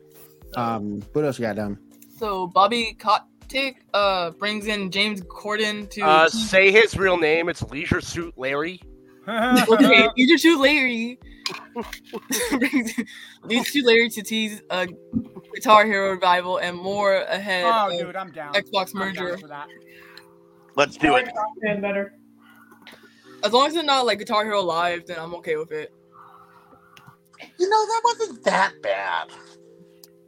B: Um, what else you got, Dom?
G: So Bobby Kotick uh, brings in James Corden to.
C: Uh, say his real name. It's Leisure Suit Larry.
E: Oh,
G: okay, you just shoot Larry. These two Larry to tease a Guitar Hero revival and more ahead
E: oh,
G: of
E: dude, I'm down.
G: Xbox
E: I'm down
G: merger.
E: for that.
I: Let's
F: *sighs*
I: do
F: like
I: it.
G: *laughs*
F: Rockman better.
G: As long as it's not like Guitar Hero Live, then I'm okay with it.
I: You know that wasn't that bad.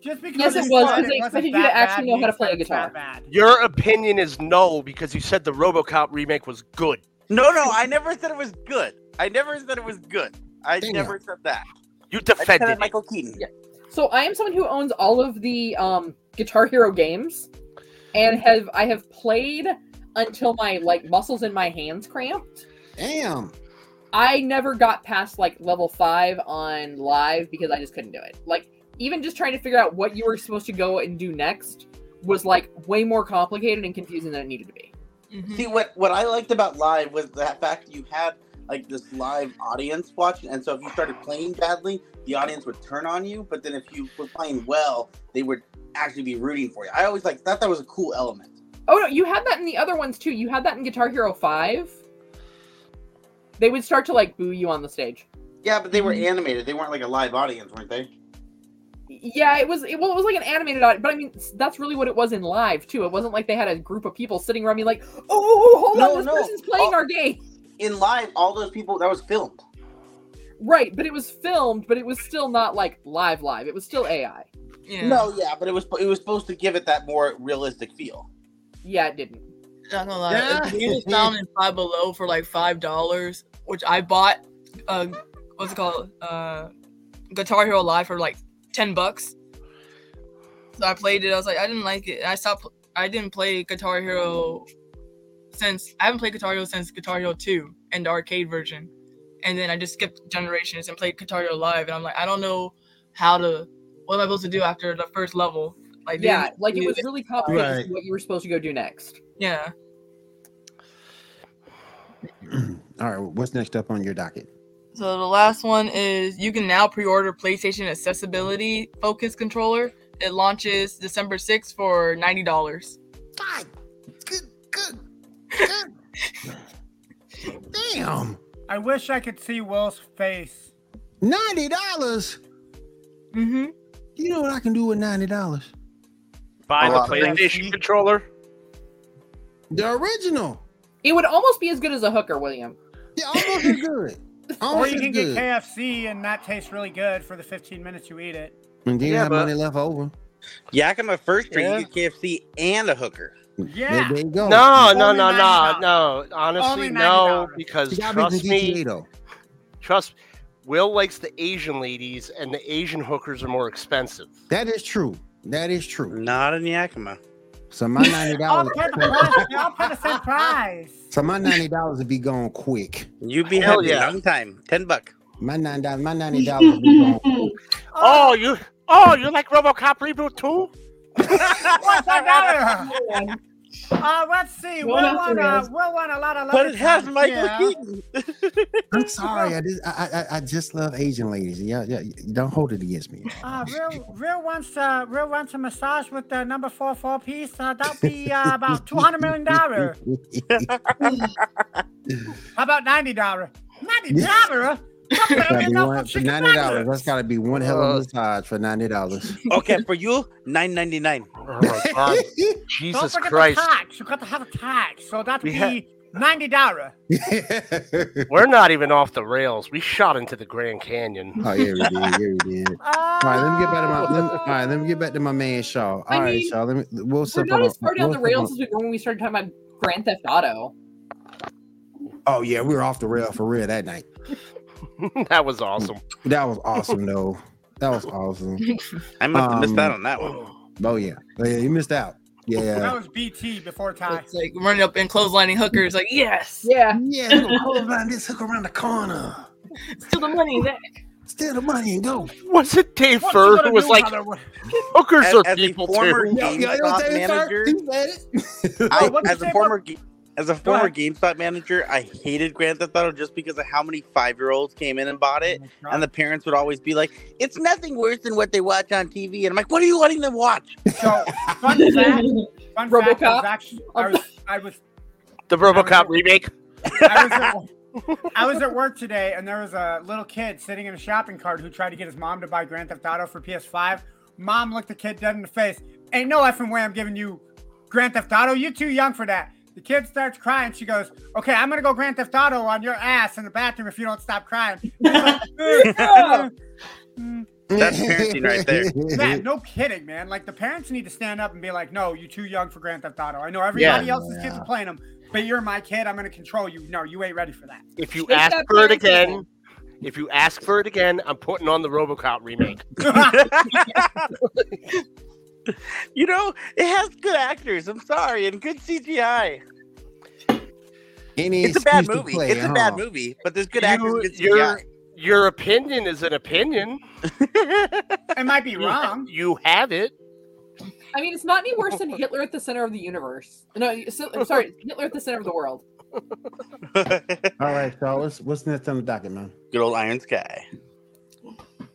E: Just because
D: Yes, it
E: they
D: was, 'cause
E: thought
D: they
E: wasn't
D: expected you
E: that
D: to actually
E: bad
D: know how to
E: means
D: play a
E: that it's
D: guitar.
E: that Bad.
C: Your opinion is null because you said the RoboCop remake was good.
I: No, no, I never said it was good. I never said it was good. I
B: Damn.
I: never said that.
C: You
I: I said
C: defended
I: that
C: it.
I: Michael Keaton.
D: So I am someone who owns all of the um, Guitar Hero games, and have I have played until my like muscles in my hands cramped.
B: Damn. *clears throat*
D: I never got past like level five on live because I just couldn't do it. Like even just trying to figure out what you were supposed to go and do next was like way more complicated and confusing than it needed to be.
G: Mhm.
I: See what what I liked about live was that fact that you had like this live audience watching, and so if you started playing badly, the audience would turn on you. But then if you were playing well, they would actually be rooting for you. I always like thought that was a cool element.
D: Oh no, you had that in the other ones too. You had that in Guitar Hero Five. They would start to like boo you on the stage.
I: Yeah, but they were
G: Mm-hmm.
I: animated. They weren't like a live audience, weren't they?
D: Yeah, it was. It, well, it was like an animated audience, but I mean, s- that's really what it was in live too. It wasn't like they had a group of people sitting around me like, "Oh, oh, oh, hold
I: No,
D: on, this
I: no.
D: person's playing
I: Oh.
D: our game."
I: In live, all those people that was filmed.
D: Right, but it was filmed, but it was still not like live, live. It was still AI.
G: Yeah.
I: No, yeah, but it was it was supposed to give it that more realistic feel.
D: Yeah, it didn't.
G: Not gonna lie.
B: Yeah.
G: If the game was found in Five Below for like five dollars, which I bought. Uh, what's it called? Uh, Guitar Hero Live for like ten bucks. So I played it. I was like, I didn't like it. I stopped. I didn't play Guitar Hero since I haven't played Guitar Hero since Guitar Hero Two and the arcade version, and then I just skipped generations and played Guitar Hero Live. And I'm like, I don't know how to. What am I supposed to do after the first level? Like, they
D: Yeah,
G: didn't
D: like it
G: do
D: was really complicated as to
B: Right.
D: what you were supposed to go do next.
G: Yeah.
B: All right. What's next up on your docket?
G: So the last one is you can now pre-order PlayStation Accessibility Focus Controller. It launches December 6th for ninety dollars.
B: God. Good. Good. Good. *laughs* Damn.
E: I wish I could see Will's face.
B: Ninety dollars.
G: Mm-hmm.
B: You know what I can do with ninety dollars?
C: Buy the
I: Alright.
C: PlayStation controller.
B: The original.
D: It would almost be as good as a hooker, William.
B: Yeah, almost as good.
E: Or
B: Almost
E: you
B: as
E: can get
B: Oh, good.
E: KFC and that tastes really good for the 15 minutes you eat it.
B: And then you
C: Yeah,
B: have
C: but-
B: money left over.
I: Yakima First Street,
C: Yeah.
I: you get KFC and a hooker.
E: Yeah.
B: There, there you go.
C: No, no,
E: Only
C: no, no,
E: $90.
C: no.
E: Only
C: Honestly, no,
E: $90.
B: You
C: because
B: gotta make
C: trust
B: the
C: me,
B: GTA though.
C: trust. Will likes the Asian ladies, and the Asian hookers are more expensive.
B: That is true. That is true.
I: Not in Yakima.
B: So my ninety
E: I'll
B: dollars.
E: pay the price. I'll pay the same price.
B: so my ninety dollars would be gone quick.
I: You'd be
C: Hell
I: happy
C: yeah.
I: long time. Ten buck.
B: My nine dollars. My ninety dollars would be gone.
C: Oh, you, oh, you like RoboCop reboot too? *laughs*
E: What's that matter? Uh, let's see.
F: What
E: We'll
F: else
E: want,
F: there
E: uh,
F: is?
E: we'll want a lot of.
I: But it has
E: leprechauns,
I: Michael
E: yeah.
I: Keaton.
B: I'm sorry. I just, I, I, I just love Asian ladies. Yeah, yeah. Don't hold it against me.
E: Uh, real, real wants, uh, real wants a massage with the number four four piece. Uh, that'll
B: *laughs*
E: be uh, about two hundred million dollar. How about ninety dollar? Ninety dollar.
B: That'd be one- for *laughs* ninety dollars. That's got to be one hell of a massage for ninety
I: *laughs*
B: dollars.
I: *laughs*
B: *laughs*
I: Okay, for you, nine ninety nine.
C: Oh my *laughs* God.
E: Don't
C: Jesus
E: forget
C: Christ.
E: the tax. You got to have a tax, so that'll
C: We
E: be
C: ha-
E: ninety dollar.
C: We're not even off the rails. We shot into the Grand Canyon. *laughs*
B: oh yeah, we did. Yeah, we did.
E: Uh,
B: All right, let me get back to my. Let me, all right, let me get back to my man Shaw. All
D: I
B: right,
D: mean,
B: Shaw. Let me. We'll
D: We're
B: step
D: not
B: on.
D: as far down
B: we'll
D: the
B: step
D: rails
B: on-
D: as we were when we started talking about Grand Theft Auto.
B: Oh yeah, we were off the rail for real that night.
C: that was awesome.
B: That was awesome though. That was awesome.
I: I must have missed
B: Um,
I: out on that one.
B: Oh yeah, oh, yeah. You missed out. Yeah.
E: Oh. That was BT before Ty.
G: It's like running up and clotheslining hookers, like yes,
D: Yeah.
B: Yeah, you gonna hold on this hook around the corner.
G: steal the money. That
B: Steal the money and go.
C: *clears throat* Was it Dave
E: What you
C: Fur
E: gonna
C: who was
E: do,
C: like, *laughs*
E: brother?
C: hookers
I: As-
C: are
I: as a
C: people
I: former-
C: too?
B: Yo, yo, yo,
I: GameStop
B: Dave
I: manager.
B: Fur, you said it.
I: I,
E: what'd you
I: as
E: say
I: a
E: about-
I: former ga- as a
E: Go
I: former
E: ahead.
I: GameStop manager, I hated Grand Theft Auto just because of how many five year olds came in and bought it, and the parents would always be like, "It's nothing worse than what they watch on TV," and I'm like, "What are you letting them watch?"
E: So,
F: *laughs*
E: fun fact, fun fact, I
D: RoboCop?
E: was actually, I was, I was,
C: The RoboCop remake?
E: I was, at, I was at work today, and there was a little kid sitting in a shopping cart who tried to get his mom to buy Grand Theft Auto for PS5. Mom looked the kid dead in the face. Ain't no effing way I'm giving you Grand Theft Auto. You're too young for that. The kid starts crying. She goes, "Okay, I'm gonna go Grand Theft Auto on your ass in the bathroom if you don't stop crying." *laughs* Mm.
B: *laughs*
I: That's parenting right there.
E: Man, no kidding, man. Like the parents need to stand up and be like, "No, you're too young for Grand Theft Auto. I know everybody else's kids
B: Yeah.
E: are playing them, but you're my kid. I'm gonna control you. No, you ain't ready for that."
C: If you
D: Take
C: ask
D: that
C: for it
D: parenting.
C: again, if you ask for it again, I'm putting on the RoboCop remake.
I: *laughs* *laughs* You know, it has good actors. I'm sorry, and good CGI.
B: Any
I: It's a bad
B: excuse to
I: movie.
B: play,
I: it's a bad
B: huh?
I: movie, but there's good
C: You-
I: actors. Good
C: your,
I: CGI.
C: your opinion is an opinion.
E: *laughs* it might be
C: You-
E: wrong.
C: You have it.
D: I mean, it's not any worse than Hitler at the center of the universe. No, so, I'm sorry, Hitler at the center of the world.
I: *laughs* good
B: All right, Shaw. What's what's next on the docket, man?
I: old Iron Sky. *laughs*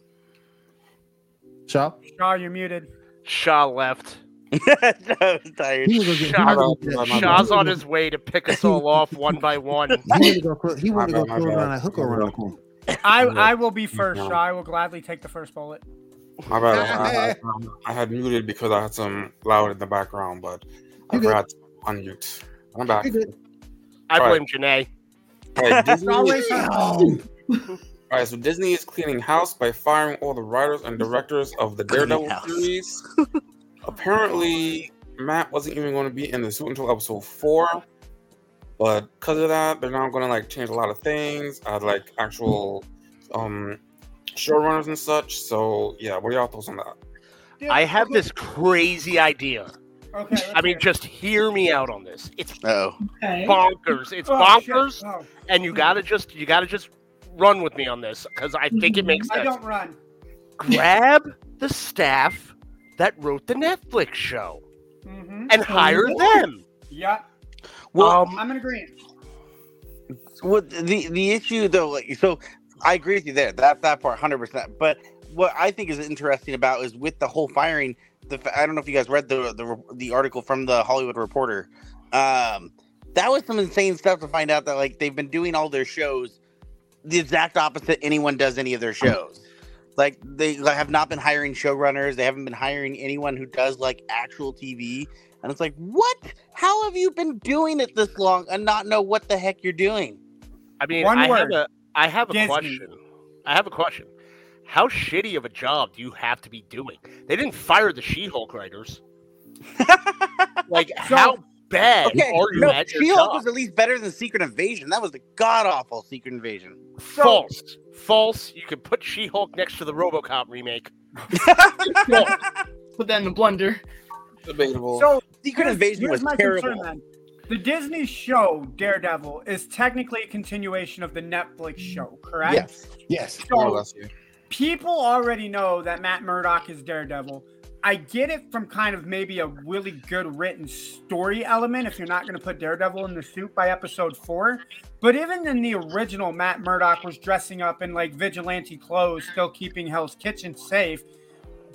B: Shaw.
E: Shaw, you're muted.
C: Shaw left.
I: I was tired.
B: He was gonna get- he
C: Shaw-
B: was gonna get-
C: Shaw's on his way to pick us all off one by one.
B: He wanted to go. clo- He
H: My
B: wanted to go
H: bad, my
B: close
H: bad.
B: around a hook around the corner.
E: I
H: Yeah.
E: I will be first.
H: Yeah.
E: Shaw, I will gladly take the first bullet.
H: My bad. I, I, um, I had muted because I had some loud in the background, but I
B: You good.
H: forgot to unmute. I'm back.
B: You good.
C: I
H: All
C: blame Janae.
H: All right, Disney, all
E: Always
B: Damn.
H: right, so Disney is cleaning house by firing all the writers and directors of the
I: Cleaning
H: Daredevil
I: house.
H: series. Apparently, Matt wasn't even going to be in the suit until episode four, but because of that, they're now going to like change a lot of things, add like actual um showrunners and such. So yeah, what are y'all thoughts on that?
C: I have this crazy idea.
E: Okay. let's
C: I mean,
E: hear it.
C: just hear me out on this. It's
I: Oh,
F: Okay.
C: bonkers. It's
E: Oh, shit.
C: bonkers,
E: Oh,
C: and you gotta just you gotta just run with me on this because I think it makes
E: Mm-hmm. I
C: sense.
E: don't run.
C: Grab the staff that wrote the Netflix show
E: Mm-hmm.
C: and hire them.
E: Yep.
I: well,
C: um,
E: I'm in agreement.
C: *laughs*
I: Well, the the issue though, like, so I agree with you there. That that part, hundred percent. But what I think is interesting about is with the whole firing. The fa- I don't know if you guys read the the, the article from the Hollywood Reporter. Um, that was some insane stuff to find out that like they've been doing all their shows the exact opposite anyone does any of their shows. Like they like, have not been hiring showrunners. They haven't been hiring anyone who does like actual TV. And it's like, what? How have you been doing it this long and not know what the heck you're doing?
C: I mean,
E: One
C: I have
E: word.
C: a I have a
E: Disney.
C: question. I have a question. How shitty of a job do you have to be doing? They didn't fire the She-Hulk
E: *laughs*
C: writers. like
E: So-
C: how bad
I: Okay,
C: are you
I: no,
C: at your
I: She-Hulk
C: job?
I: was at least better than Secret Invasion. That was the god awful Secret Invasion.
C: False. False. You could put She Hulk next to the Robocop remake.
G: put that in the blender.
H: Debatable.
E: So
I: Secret Invasion was terrible.
E: then. The Disney show Daredevil is technically a continuation of the Netflix show, correct?
I: Yes.
B: Yes.
H: More or
E: So
H: less, yeah.
E: people already know that Matt Murdock is Daredevil. I get it from kind of maybe a really good written story element if you're not going to put Daredevil in the suit by episode four. But even in the original, Matt Murdock was dressing up in like vigilante clothes, still keeping Hell's Kitchen safe.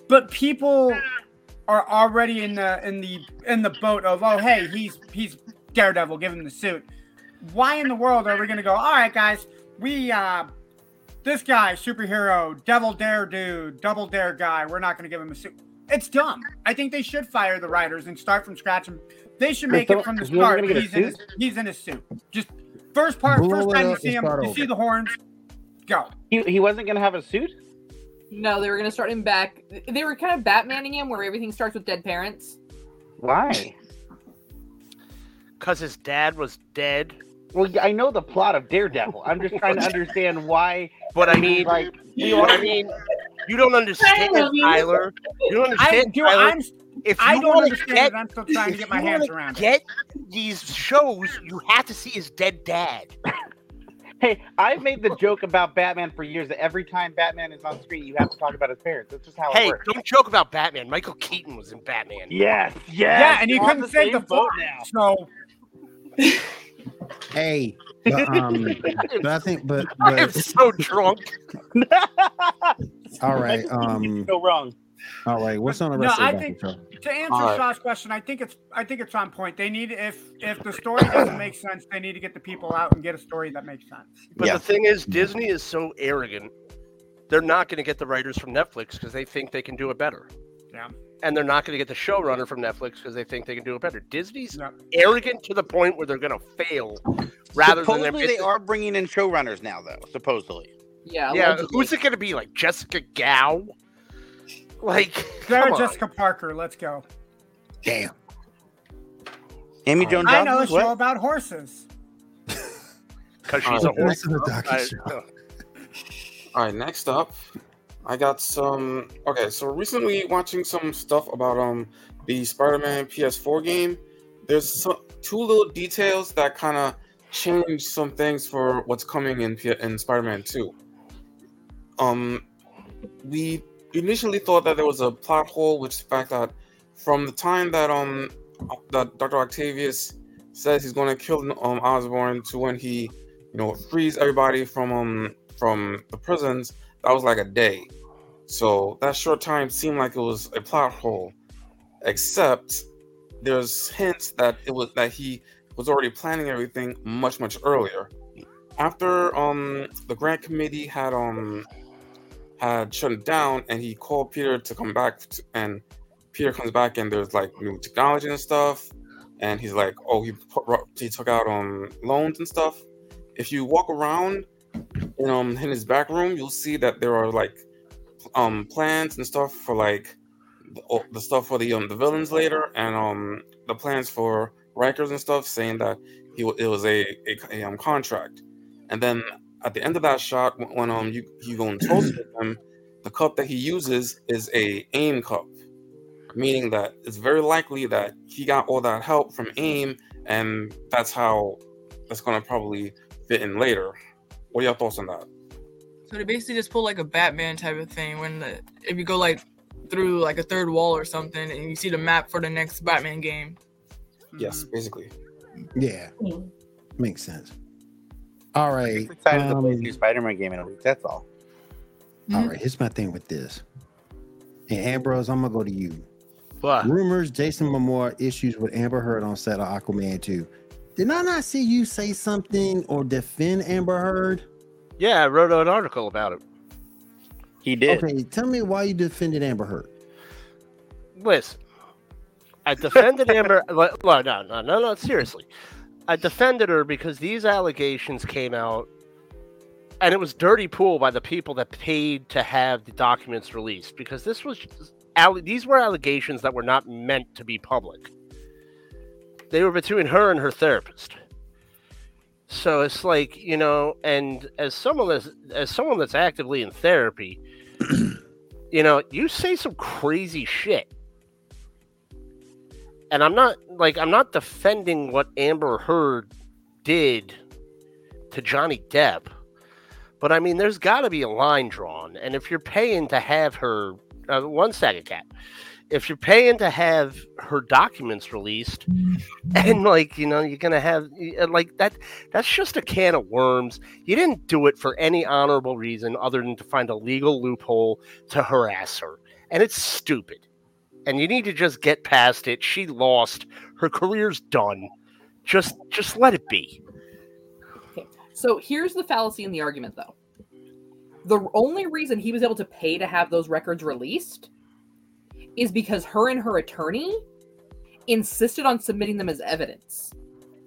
E: But people are already in the in the in the boat of oh hey he's he's Daredevil, give him the suit. Why in the world are we going to go? All right, guys, we uh, this guy, superhero, devil dare dude, double dare guy, we're not going to give him a suit. It's dumb. I think they should fire the writers and start from scratch. And they should make it from the
K: Is he ever
E: start.
K: gonna get a
E: He's in, his,
K: suit?
E: he's in a suit. Just first part,
B: Blow
E: first
B: it
E: time you
B: up
E: see
B: and
E: him,
B: start
E: you see
B: over.
E: the horns, go.
I: He, he wasn't gonna have a suit.
D: No, they were gonna start him back. They were kind of Batmaning him, where everything starts with dead parents.
I: *laughs* Why?
C: Because his dad was dead.
I: Well, yeah, I know the plot of Daredevil. I'm just trying to *laughs* understand why.
C: But I
I: he was
C: mean,
I: like,
C: you know what I mean? You don't understand,
F: I love you.
C: Tyler. You don't
E: I,
C: understand,
E: do,
C: Tyler.
E: I'm,
C: if you
E: I don't
C: want to
E: understand
C: get,
E: it. I'm still trying to
C: if
E: get my
C: you
E: hands
C: wanna
E: around it.
C: get these shows, you have to see his dead dad.
I: hey, I've made the joke about Batman for years that every time Batman is on screen, you have to talk about his parents. That's just how it
C: Hey,
I: works.
C: don't joke about Batman. Michael Keaton was in Batman. *laughs*
I: Yes, yes.
E: Yeah, and you
I: we're on
E: couldn't save
I: same
E: the boat
I: now.
E: So
B: Hey, but,
I: *laughs*
B: um, but I think, but,
C: I am
B: but
C: so drunk.
B: all right,
I: You
B: um,
I: go wrong.
B: all right. What's on the
E: No,
B: rest
E: I
B: of the
E: think-
B: show?
E: to answer
H: All right.
E: Shaw's question, I think it's I think it's on point. They need if if the story doesn't make sense, they need to get the people out and get a story that makes sense.
C: But
K: Yeah.
C: the thing
I: Mm-hmm.
C: is, Disney is so arrogant. They're not going to get the writers from Netflix because they think they can do it better.
E: Yeah.
C: And they're not going to get the showrunner from Netflix because they think they can do it better. Disney's
E: Yep.
C: arrogant to the point where they're going to fail rather
I: supposedly
C: than their
I: they are bringing in showrunners now, though. Supposedly.
D: Yeah.
C: Yeah,
D: allegedly.
C: who's it going to be? Like Jessica Gow? Like, come
E: Sarah
C: on.
E: Jessica Parker, let's go.
B: Damn.
I: Amy
H: I
I: Jones.
E: I know a
I: Johnson?
E: show
I: What?
E: about horses.
C: Because she's
H: Uh,
C: a horse.
B: Listen to Donkey
C: I-
B: Show.
C: uh,
H: All right, next up, I got some. Okay, so recently watching some stuff about um the Spider-Man PS4 game. There's some, two little details that kind of change some things for what's coming in P- in Spider-Man 2. Um, we initially thought that there was a plot hole, which is the fact that from the time that um that Dr. Octavius says he's going to kill um Osborn to when he you know frees everybody from um from the prisons that was like a day so that short time seemed like it was a plot hole except there's hints that it was that he was already planning everything much much earlier after um the grant committee had um had shut it down and he called peter to come back t- and peter comes back and there's like new technology and stuff and he's like oh he put, he took out um loans and stuff if you walk around in um in his back room, you'll see that there are like um plans and stuff for like the, oh, the stuff for the um the villains later, and um the plans for Rikers and stuff, saying that he wa- it was a, a, a, um contract, and then at the end of that shot, when, when um you you go and toast with him, the cup that he uses is a aim cup, meaning that it's very likely that he got all that help from aim, and that's how that's gonna probably fit in later. What are your thoughts on that?
G: So they basically just pull like a Batman type of thing when the if you go like through like a third wall or something and you see the map for the next Batman game.
H: Yes,
B: Mm-hmm.
H: basically.
B: Yeah,
F: Hmm.
B: makes sense. All right.
I: Just excited to play a
B: um,
I: new Spider-Man game in a week. That's all.
B: All right, here's my thing with this. And Ambrose, I'm gonna go to you.
C: But
B: Rumors Jason Momoa issues with Amber Heard on set of Aquaman 2. Did I not see you say something or defend Amber Heard?
C: yeah, I wrote an article about it.
I: He did.
B: Okay, tell me why you defended Amber Heard.
C: Listen, I defended Amber. *laughs* li- No, no, no, no, no. Seriously, I defended her because these allegations came out, and it was dirty pool by the people that paid to have the documents released because this was just alle- these were allegations that were not meant to be public. They were between her and her therapist. So it's like you know, and as someone that's as someone that's actively in therapy, *clears throat* you know, you say some crazy shit and I'm not like I'm not defending what Amber Heard did to Johnny Depp, but I mean, there's got to be a line drawn, and if you're paying to have her, uh, one second, cat. if you're paying to have her documents released, and like you know, you're gonna have and, like that. That's just a can of worms. You didn't do it for any honorable reason other than to find a legal loophole to harass her, and it's stupid. And you need to just get past it. She lost. Her career's done. Just, just let it be.
D: So here's the fallacy in the argument, though. The only reason he was able to pay to have those records released is because her and her attorney insisted on submitting them as evidence.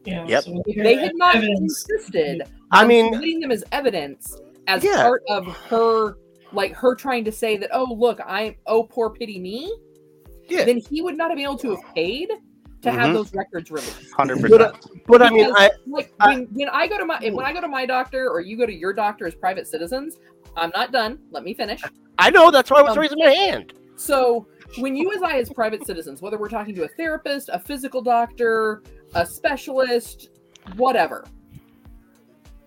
F: Yeah,
I: Yep.
F: so
D: If they had not
F: evidence.
D: insisted
C: I
D: on
C: mean,
D: submitting them as evidence as
C: Yeah.
D: part of her, like her trying to say that, oh look, I'm oh poor pity me.
C: Yeah. Mm-hmm.
D: Then he would not have been able to have paid to
I: Mhm.
D: have those records released.
I: Hundred
C: But, uh,
I: percent.
C: but I mean,
D: Because,
C: I
D: like
C: I-
D: when, when I go to my when I go to my doctor or you go to your doctor as private citizens, I'm not done. Let me finish.
C: I know that's why I was
D: Um,
C: raising my hand.
D: So when you as I as private citizens, whether we're talking to a therapist, a physical doctor, a specialist, whatever,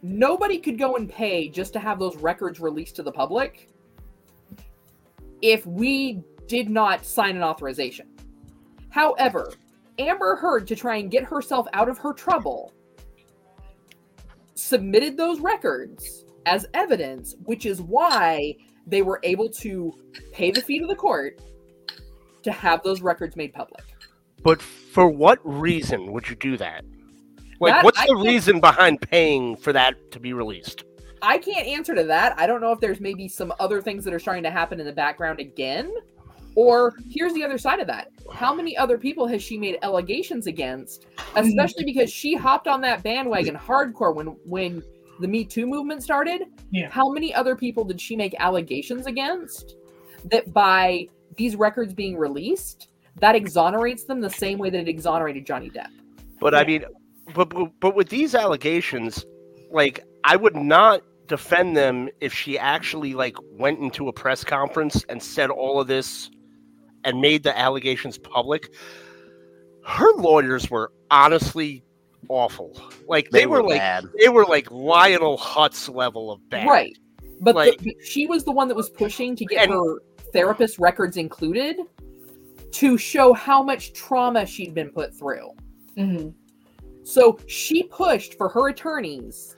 D: nobody could go and pay just to have those records released to the public if we did not sign an authorization. However, Amber Heard to try and get herself out of her trouble submitted those records as evidence, which is why they were able to pay the fee to the court to have those records made public.
C: But for what reason would you do that? Like,
D: That-
C: what's
D: I
C: the
D: can't-
C: reason behind paying for that to be released?
D: I can't answer to that. I don't know if there's maybe some other things that are starting to happen in the background again. Or here's the other side of that. How many other people has she made allegations against? Especially because she hopped on that bandwagon hardcore when when the Me Too movement started.
F: Yeah.
D: How many other people did she make allegations against that by these records being released, that exonerates them the same way that it exonerated Johnny Depp?
C: But I mean, but, but but with these allegations, like I would not defend them if she actually like went into a press conference and said all of this and made the allegations public. Her lawyers were honestly awful. Like they, were, like
I: bad.
C: they were like Lionel Hutz level of bad.
D: Right. But the-
C: Like-
D: she was the one that was pushing to get
C: And-
D: her therapist records included to show how much trauma she'd been put through.
F: Mhm.
D: So she pushed for her attorneys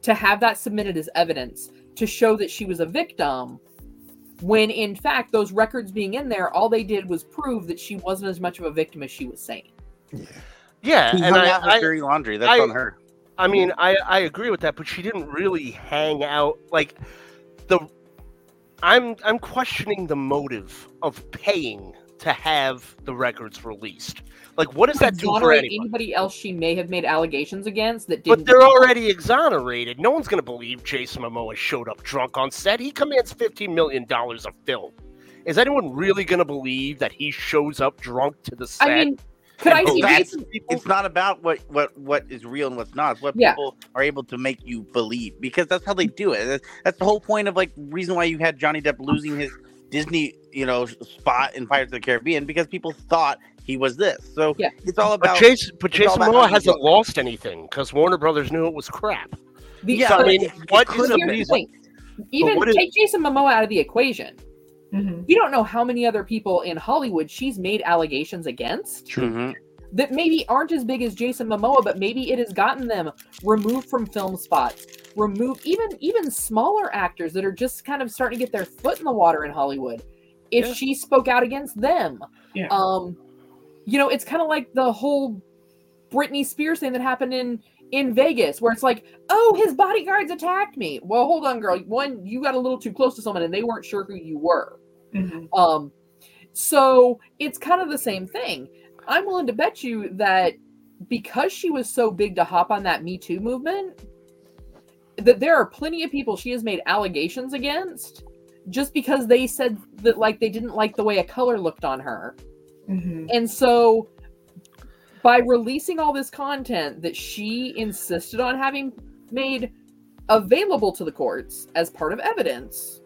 D: to have that submitted as evidence to show that she was a victim. When in fact, those records being in there, all they did was prove that she wasn't as much of a victim as she was saying.
C: Yeah,
I: She
C: and
I: hung
C: I,
I: out with
C: I,
I: dirty laundry. That's
C: I-
I: on her.
C: I mean, I, I agree with that, but she didn't really hang out like the I'm I'm questioning the motive of paying to have the records released. Like what does that do for
D: Exonerate
C: anybody?
D: anybody else she may have made allegations against that didn't.
C: But they're already exonerated. No one's gonna believe Jason Momoa showed up drunk on set. He commands fifteen million dollars a film. Is anyone really gonna believe that he shows up drunk to the set?
D: I mean, could I
C: and
D: see
I: that's-
D: Jason
C: people?
I: It's not about what what what is real and what's not. It's what
D: Yeah.
I: people are able to make you believe because that's how they do it. That's, that's the whole point of like reason why you had Johnny Depp losing his Disney, you know, spot in Pirates of the Caribbean because people thought he was this. So
D: Yeah.
I: it's all
C: but
I: about
C: Jason, but
I: it's all
C: Jason
I: about
C: Momoa
I: how you
C: hasn't
I: look.
C: lost anything because Warner Brothers knew it was crap.
D: The,
I: Yeah,
C: So, I
D: but-
C: mean, what
D: but
C: is the
D: here's the
C: reason?
D: point. Even
C: what is-
D: take Jason Momoa out of the equation.
F: Mhm.
D: You don't know how many other people in Hollywood she's made allegations against
I: Mhm.
D: that maybe aren't as big as Jason Momoa, but maybe it has gotten them removed from film spots, removed even even smaller actors that are just kind of starting to get their foot in the water in Hollywood. If
C: Yeah.
D: she spoke out against them,
F: Yeah.
D: um, you know, it's kind of like the whole Britney Spears thing that happened in in Vegas, where it's like, oh, his bodyguards attacked me. Well, hold on, girl. One, you got a little too close to someone, and they weren't sure who you were.
F: Mhm.
D: Um, so it's kind of the same thing. I'm willing to bet you that because she was so big to hop on that Me Too movement, that there are plenty of people she has made allegations against just because they said that like they didn't like the way a color looked on her.
F: Mhm.
D: And so by releasing all this content that she insisted on having made available to the courts as part of evidence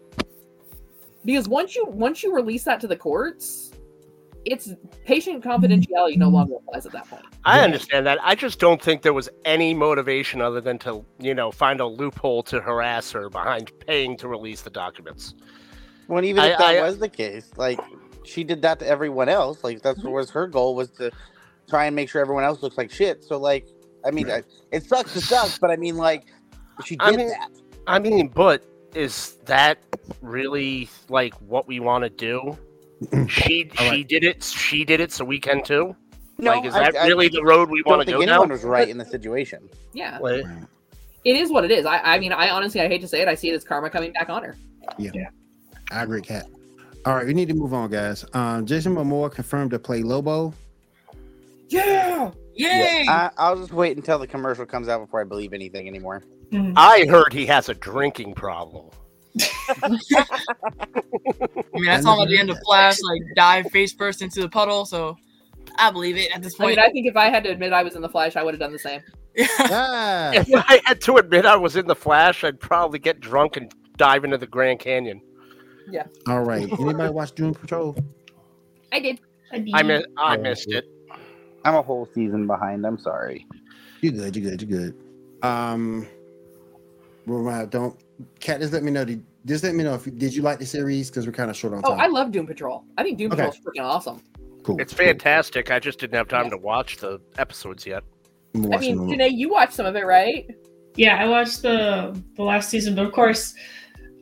D: because once you once you release that to the courts it's patient confidentiality
B: Mm-hmm.
D: no longer applies at that point
C: I understand that. I just don't think there was any motivation other than to, you know, find a loophole to harass her behind paying to release the documents.
I: When even if
C: I-
I: that
C: I-
I: was the case, like she did that to everyone else. Like
C: Mm-hmm.
I: that's what was her goal was to try and make sure everyone else looks like shit. So like, I mean, I, it sucks, it sucks, but I mean, like, she did
C: I mean-
I: that.
C: I mean, but is that really like what we want to
I: *clears throat*
C: do? She she did it. She did it, so we can too.
I: No,
C: like, is
I: I-
C: that
I: I
C: really the road we
I: don't
C: want to
I: think
C: go
I: anyone
C: down?
I: was right in the situation.
D: Yeah,
C: Like,
D: it is what it is. I, I mean, I honestly, I hate to say it. I see it as karma coming back on her.
B: I agree, Cat. All right, we need to move on, guys. Um, Jason Momoa confirmed to play Lobo.
E: Mm-hmm.
D: Yeah.
G: Yay!
I: I, I'll just wait until the commercial comes out before I believe anything anymore.
F: Mm-hmm.
C: I heard he has a drinking problem.
G: I mean, I
B: I
G: saw him at
B: never
G: the end of Flash like dive face first into the puddle, so I believe it at this
D: I mean,
G: point.
D: I think if I had to admit I was in the Flash, I would have done the same.
B: Ah,
C: If I had to admit I was in the Flash, I'd probably get drunk and dive into the Grand Canyon.
B: all right. Anybody watch Doom Patrol?
D: I did.
C: I mi- I missed it.
I: I'm a whole season behind. I'm sorry.
B: You good? You good? You good? Um, well, my- don't Cat. Just let me know. Did, just let me know if you- did you like the series because we're kind of short on
D: Oh,
B: time.
D: I love Doom Patrol. I think Doom
B: Okay.
D: Patrol's freaking awesome.
B: cool.
C: It's
B: cool.
C: fantastic. I just didn't have time to watch the episodes yet.
B: I'm
D: I
B: watching
D: mean,
B: them.
D: Janae, you watched some of it, right?
F: Yeah, I watched the the last season, but of course,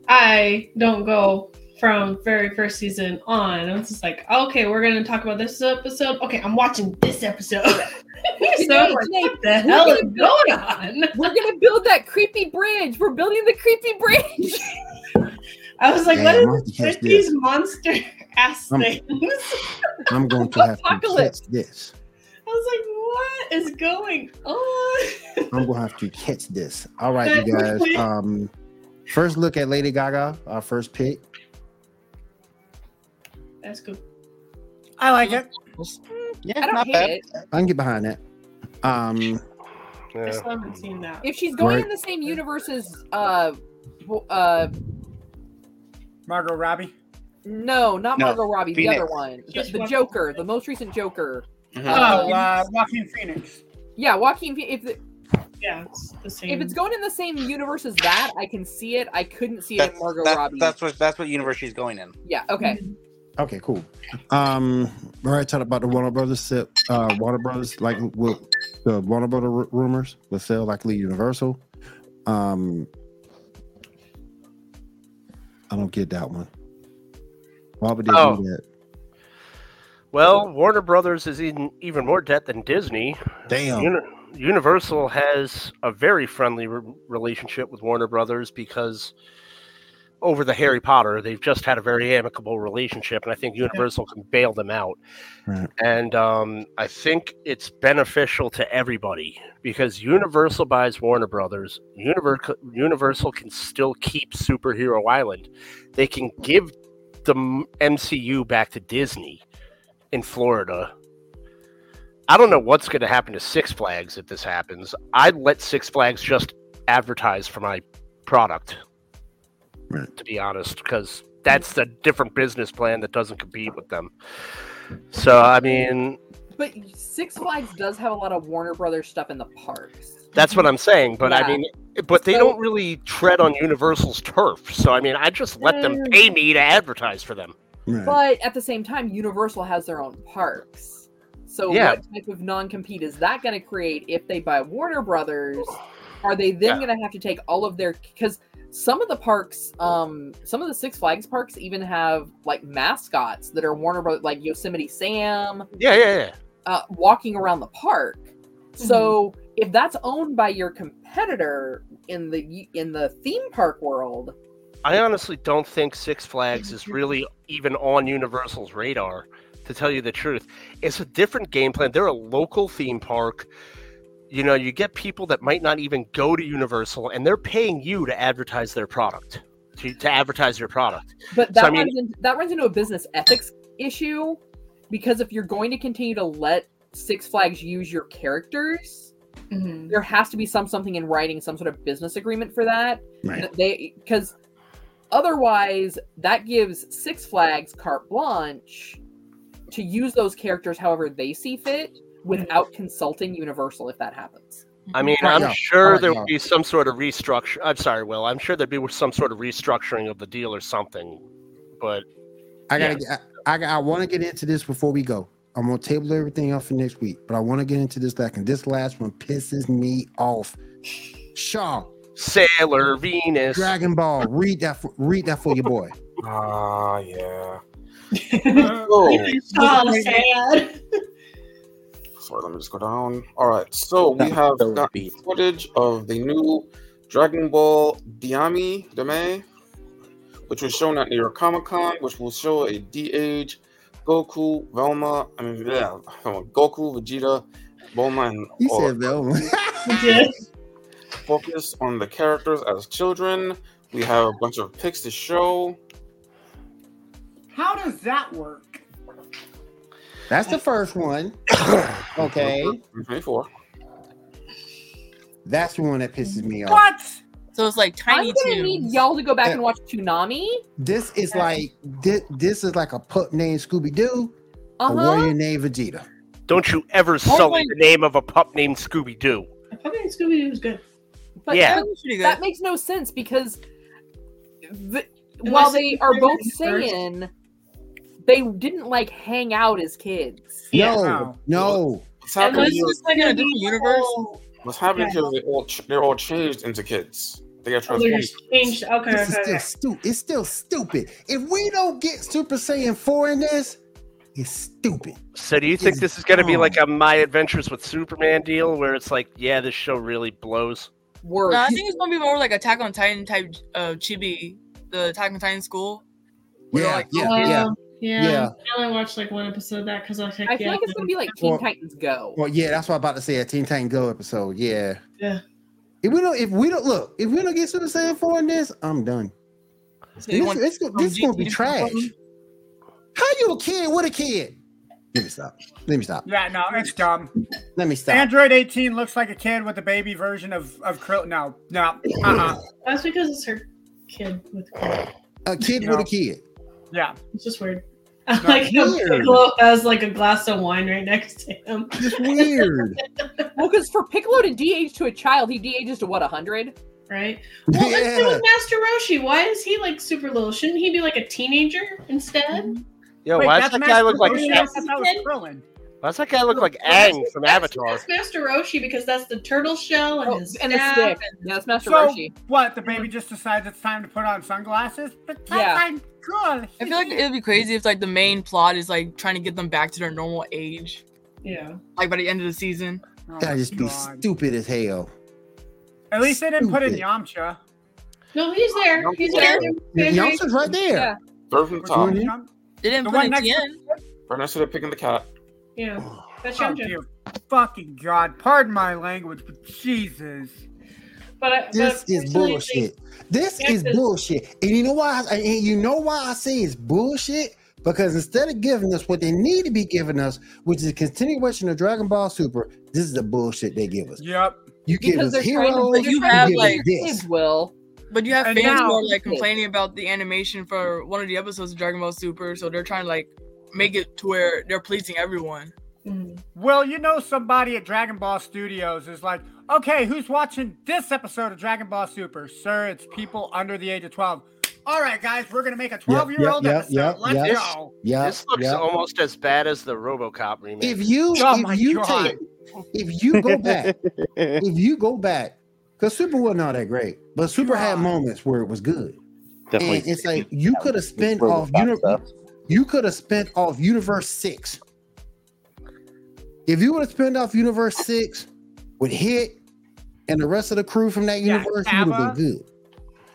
F: I don't go from very first season on. I'm just like, okay, we're gonna talk about this episode. Okay, I'm watching this episode. *laughs* so I'm *laughs* like, what the hell is going on?
D: We're gonna build that creepy bridge. We're building the creepy bridge.
F: I was like,
B: Yeah,
F: what
B: I'm
F: is
B: gonna have to
F: this-
B: catch this.
F: with these monster *laughs* ass
B: I'm-
F: *laughs* things?
B: I'm going to have to
D: Apocalypse.
B: catch this.
F: I was like, what is going on?
B: I'm gonna have to catch this. All right, you guys. Um, first look at Lady Gaga, our first pick.
F: That's good.
E: I like it.
I: Yeah,
D: I don't
I: not
D: hate
I: bad.
D: it.
B: I can get behind that. Um,
F: I
C: Yeah.
F: still haven't seen that.
D: If she's going
B: Right.
D: in the same universe as uh, w- uh,
E: Margot Robbie.
D: no, not
I: No,
D: Margot Robbie,
I: Phoenix. Mm-hmm.
D: the other one, the,
F: Just
D: the
F: one.
D: Joker, the most recent Joker. Um,
H: Mhm.
E: Oh, uh, Joaquin Phoenix.
D: Yeah, Joaquin. Phoenix- If the,
F: Yeah, it's the same.
D: if it's going in the same universe as that, I can see it. I couldn't see it
I: That's,
D: in Margot
I: that-
D: Robbie.
I: that's what that's what universe she's going in.
D: yeah. Okay.
B: okay, cool. Um, all right, talk about the Warner Brothers. sell- Uh, Warner Brothers like will, the Warner Brother ru- rumors will sell likely Universal. Um, I don't get that one. Why would they
C: Oh.
B: do that?
C: Well, Warner Brothers is in even more debt than Disney.
B: Damn.
C: Uni- Universal has a very friendly re- relationship with Warner Brothers because over the Harry Potter, they've just had a very amicable relationship, and I think Universal can bail them out.
B: Right.
C: And um, I think it's beneficial to everybody because Universal buys Warner Brothers. Univer- Universal can still keep Superhero Island. They can give the m- MCU back to Disney in Florida. I don't know what's going to happen to Six Flags if this happens. I'd let Six Flags just advertise for my product,
B: Right.
C: to be honest, because that's the different business plan that doesn't compete with them. So, I mean,
D: But Six Flags does have a lot of Warner Brothers stuff in the parks.
C: that's what I'm saying. But I
D: Yeah.
C: mean, but they
D: So-
C: don't really tread on Universal's turf. So, I mean, I just let
D: Mm.
C: them pay me to advertise for them.
B: Right.
D: But at the same time, Universal has their own parks. So
C: Yeah.
D: what type of non-compete is that going to create if they buy Warner Brothers? Are they then going to have to take all of their cuz some of the parks um some of the Six Flags parks even have like mascots that are Warner Brothers like Yosemite Sam
C: Yeah, yeah, yeah.
D: uh, walking around the park. So if that's owned by your competitor in the in the theme park world,
C: I honestly don't think Six Flags is really even on Universal's radar, to tell you the truth. It's a different game plan. They're a local theme park. You know, you get people that might not even go to Universal, and they're paying you to advertise their product, to, to advertise your product.
D: But
C: So,
D: that
C: I mean-
D: runs into, that runs into a business ethics issue because if you're going to continue to let Six Flags use your characters,
F: Mhm.
C: Mm-hmm.
D: there has to be some something in writing, some sort of business agreement for that.
B: Right.
D: That They because otherwise that gives Six Flags carte blanche to use those characters however they see fit without
C: Mm-hmm.
D: consulting Universal if that happens.
C: I mean,
B: Right,
C: I'm
B: yeah.
C: sure
B: Right,
C: there
B: yeah.
C: will be some sort of restructure. I'm sorry, Will. I'm sure there'd be some sort of restructuring of the deal or something. But
B: I gotta. I, I want to get into this before we go. I'm gonna table everything up for next week, but I want to get into this last one. This last one pisses me off. Shaw,
C: Sailor Venus.
B: Dragon Ball. Read that. For, read that for your boy. *laughs*
H: Ah, yeah.
F: oh, sad. *laughs*
H: Sorry, let me just go down. All right, so we have
I: That would
H: got
I: be-
H: footage of the new Dragon Ball Diami Dame, which was shown at New York Comic Con, which will show a DH Goku, Velma, I mean, yeah, Goku, Vegeta, Bulma, and
B: He
H: all
B: said Velma.
H: focus on the characters as children. We have a bunch of pics to show.
E: How does that work?
B: That's the
G: *coughs*
B: first one. Okay,
H: 24.
B: that's the one that pisses me off.
E: What?
G: So it's like
D: I'm
G: Tiny
D: gonna
G: Toons.
D: need y'all to go back
C: Eh.
B: Yeah.
D: and watch Toonami.
B: This is like this, this is like a pup named Scooby Doo,
D: Uh
B: a
D: huh.
B: warrior named Vegeta.
C: Don't you ever sully the name of a pup named Scooby Doo.
F: I think Scooby Doo was good.
D: But
C: Yeah.
D: that,
G: That was pretty good.
D: that makes no sense because the, while they are both
F: First.
D: saying they didn't like hang out as kids.
I: Yeah.
C: Oh.
E: Oh,
B: No,
G: *laughs*
B: no.
H: What's
G: And
H: happening
G: was
H: here?
G: this like in a different universe?
F: Oh,
H: What's happening
F: Yeah.
H: here? They all ch- they're all changed into kids. They got
F: oh, they
H: transformed.
F: just changed. Okay,
B: This is still
F: okay, okay.
B: stupid. It's still stupid. If we don't get Super Saiyan 4 in this, it's stupid.
C: So do you think
B: Is
C: this is going to be like
B: dumb.
C: a My Adventures with Superman deal, where it's like, yeah, this show really blows.
D: Word.
G: No, I think it's gonna be more like Attack on Titan type uh, chibi, the Attack on Titan school. We're
B: Yeah,
G: like, oh,
B: yeah,
F: Um,
B: yeah.
F: yeah.
B: yeah.
F: I only watched like one episode of that because I was like,
D: I feel
F: yeah,
D: like it's gonna be like Teen
B: Well-
D: Titans Go.
B: Well, yeah, that's what I'm about to say. A Teen Titan Go episode. Yeah.
F: Yeah.
B: If we don't, if we don't look, if we don't get Super Saiyan 4 in this, I'm done.
G: So you
B: This,
G: want-
B: it's- this is gonna be
G: GT
B: trash. How you a kid with a kid? Let me stop. Let me stop.
E: Yeah, no, it's dumb.
B: Let me stop.
E: Android 18 looks like a kid with a baby version of of Krill. No, no, uh-uh.
F: that's because it's her kid with.
B: A kid
E: You
B: with
E: know.
B: a kid.
E: yeah.
F: It's just weird. *laughs* I like how
B: weird.
F: Piccolo has like a glass of wine right next to him.
B: It's weird.
D: Well, because for Piccolo to DH to a child, he DHs to what, 100?
F: Right? Well, let's do
B: yeah.
F: with Master Roshi. Why is he like super little? Shouldn't he be like a teenager instead?
G: Mm-hmm.
C: Yo,
E: Wait,
C: why does
E: that's
C: that
E: Master
C: guy look like?
E: Roshi? I
C: Ang-
E: thought that was Krillin.
C: Why does that guy look like
F: That's-
C: Ang from
F: that's-
C: Avatar?
F: That's Master Roshi because that's the turtle shell and
D: Oh,
F: his
D: and a
F: staff
D: stick.
F: and-
D: Yeah, that's Master
E: So
D: Roshi.
E: what? The baby just decides it's time to put on sunglasses. But
D: Yeah.
E: I'm cool.
G: I feel like it'd be crazy if like the main plot is like trying to get them back to their normal age,
F: yeah.
G: like by the end of the season.
E: Oh,
B: That'd just be
E: God.
B: stupid as hell.
E: At least they didn't put in
B: stupid.
E: Yamcha.
F: No, he's there. He's
G: Yeah.
F: there.
B: Yamcha's right there.
D: Yeah.
H: Third from the
E: Which
H: top,
E: one, Yamcha?
G: They didn't
E: The
G: put
E: one
G: in
E: next to-
G: Tien.
H: right next to the pig and the cat.
F: Yeah. That's
E: Oh,
F: Yamcha.
E: dear fucking God. Pardon my language, but Jesus.
F: But I,
B: This
F: but
B: is
F: personally,
B: bullshit. This
F: Yeah,
B: is
F: 'cause-
B: bullshit. And you know why? I- And you know why I say it's bullshit? Because instead of giving us what they need to be giving us, which is a continuation of Dragon Ball Super, this is the bullshit they give us.
E: Yep.
B: You give
D: Because
B: us
D: they're trying to
B: heroes.
D: bring
G: you
D: trying
G: have,
D: to bring
G: like,
B: this.
D: kids will.
G: But you have
E: And
G: fans
E: now-
G: who are like complaining about the animation for one of the episodes of Dragon Ball Super, so they're trying to like make it to where they're pleasing everyone.
F: Mm.
E: Well, you know somebody at Dragon Ball Studios is like, okay, who's watching this episode of Dragon Ball Super? Sir, it's people under the age of 12. All right, guys, we're going to make a 12 year old
B: yep,
E: episode.
B: yep,
E: Let's
B: yep.
E: go.
B: Yeah,
C: This looks
B: yeah.
C: almost as bad as the RoboCop remake.
B: If you
E: Oh my
B: if you
E: God.
B: take if you
I: *laughs*
B: go back if you go back because Super wasn't all that great, but Super had
E: God.
B: moments where it was good.
I: Definitely.
B: And it's like you could have spent off
I: Robocop
B: uni-
I: stuff.
B: you could have spent off Universe Six. If you would have spent off Universe Six with Hit and the rest of the crew from that
E: Yeah,
B: universe, you would have
E: Abba.
B: been good.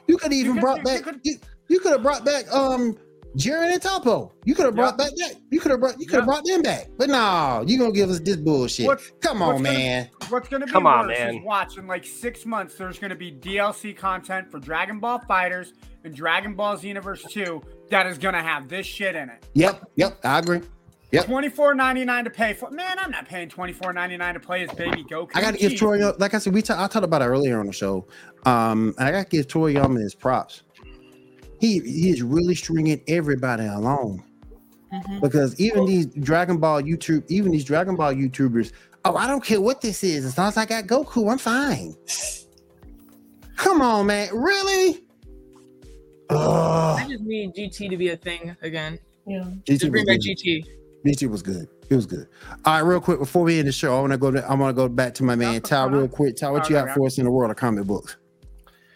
B: You could even
E: could-
B: brought
E: you
B: back
E: could-
B: you, you could have brought back um Jared and Topo. You could have brought back that. You could have brought you could have
E: Yeah.
B: brought them back. But no, you gonna give us this bullshit.
E: What's-
B: Come on,
E: what's gonna-
B: man.
E: What's going to be
C: Come on,
E: worse
C: man.
E: is watch in like six months, there's going to be DLC content for Dragon Ball Fighters and Dragon Ball Z Universe 2 that is going to have this shit in it.
B: Yep, yep, I agree. Yep.
E: Twenty four ninety nine to pay for. Man, I'm not paying twenty four ninety nine to play as Baby Goku.
B: I got to give
E: Jeez.
B: Troy. Like I said, we talked. I talked about it earlier on the show. Um, I got to give Troy Yama his props. He he is really stringing everybody along because even these Dragon Ball YouTube, even these Dragon Ball YouTubers. Oh, I don't care what this is. As long as I got Goku, I'm fine. Come on, man. Really?
G: I
B: Ugh.
G: just need GT to be a thing again.
F: Yeah.
G: Just
B: GT was
G: bring back
B: good.
G: GT.
B: GT was good. It was good. All right, real quick before we end the show, I want to go. To, I want to go back to my man Ty real quick. Ty, what you got for us in the world of comic books?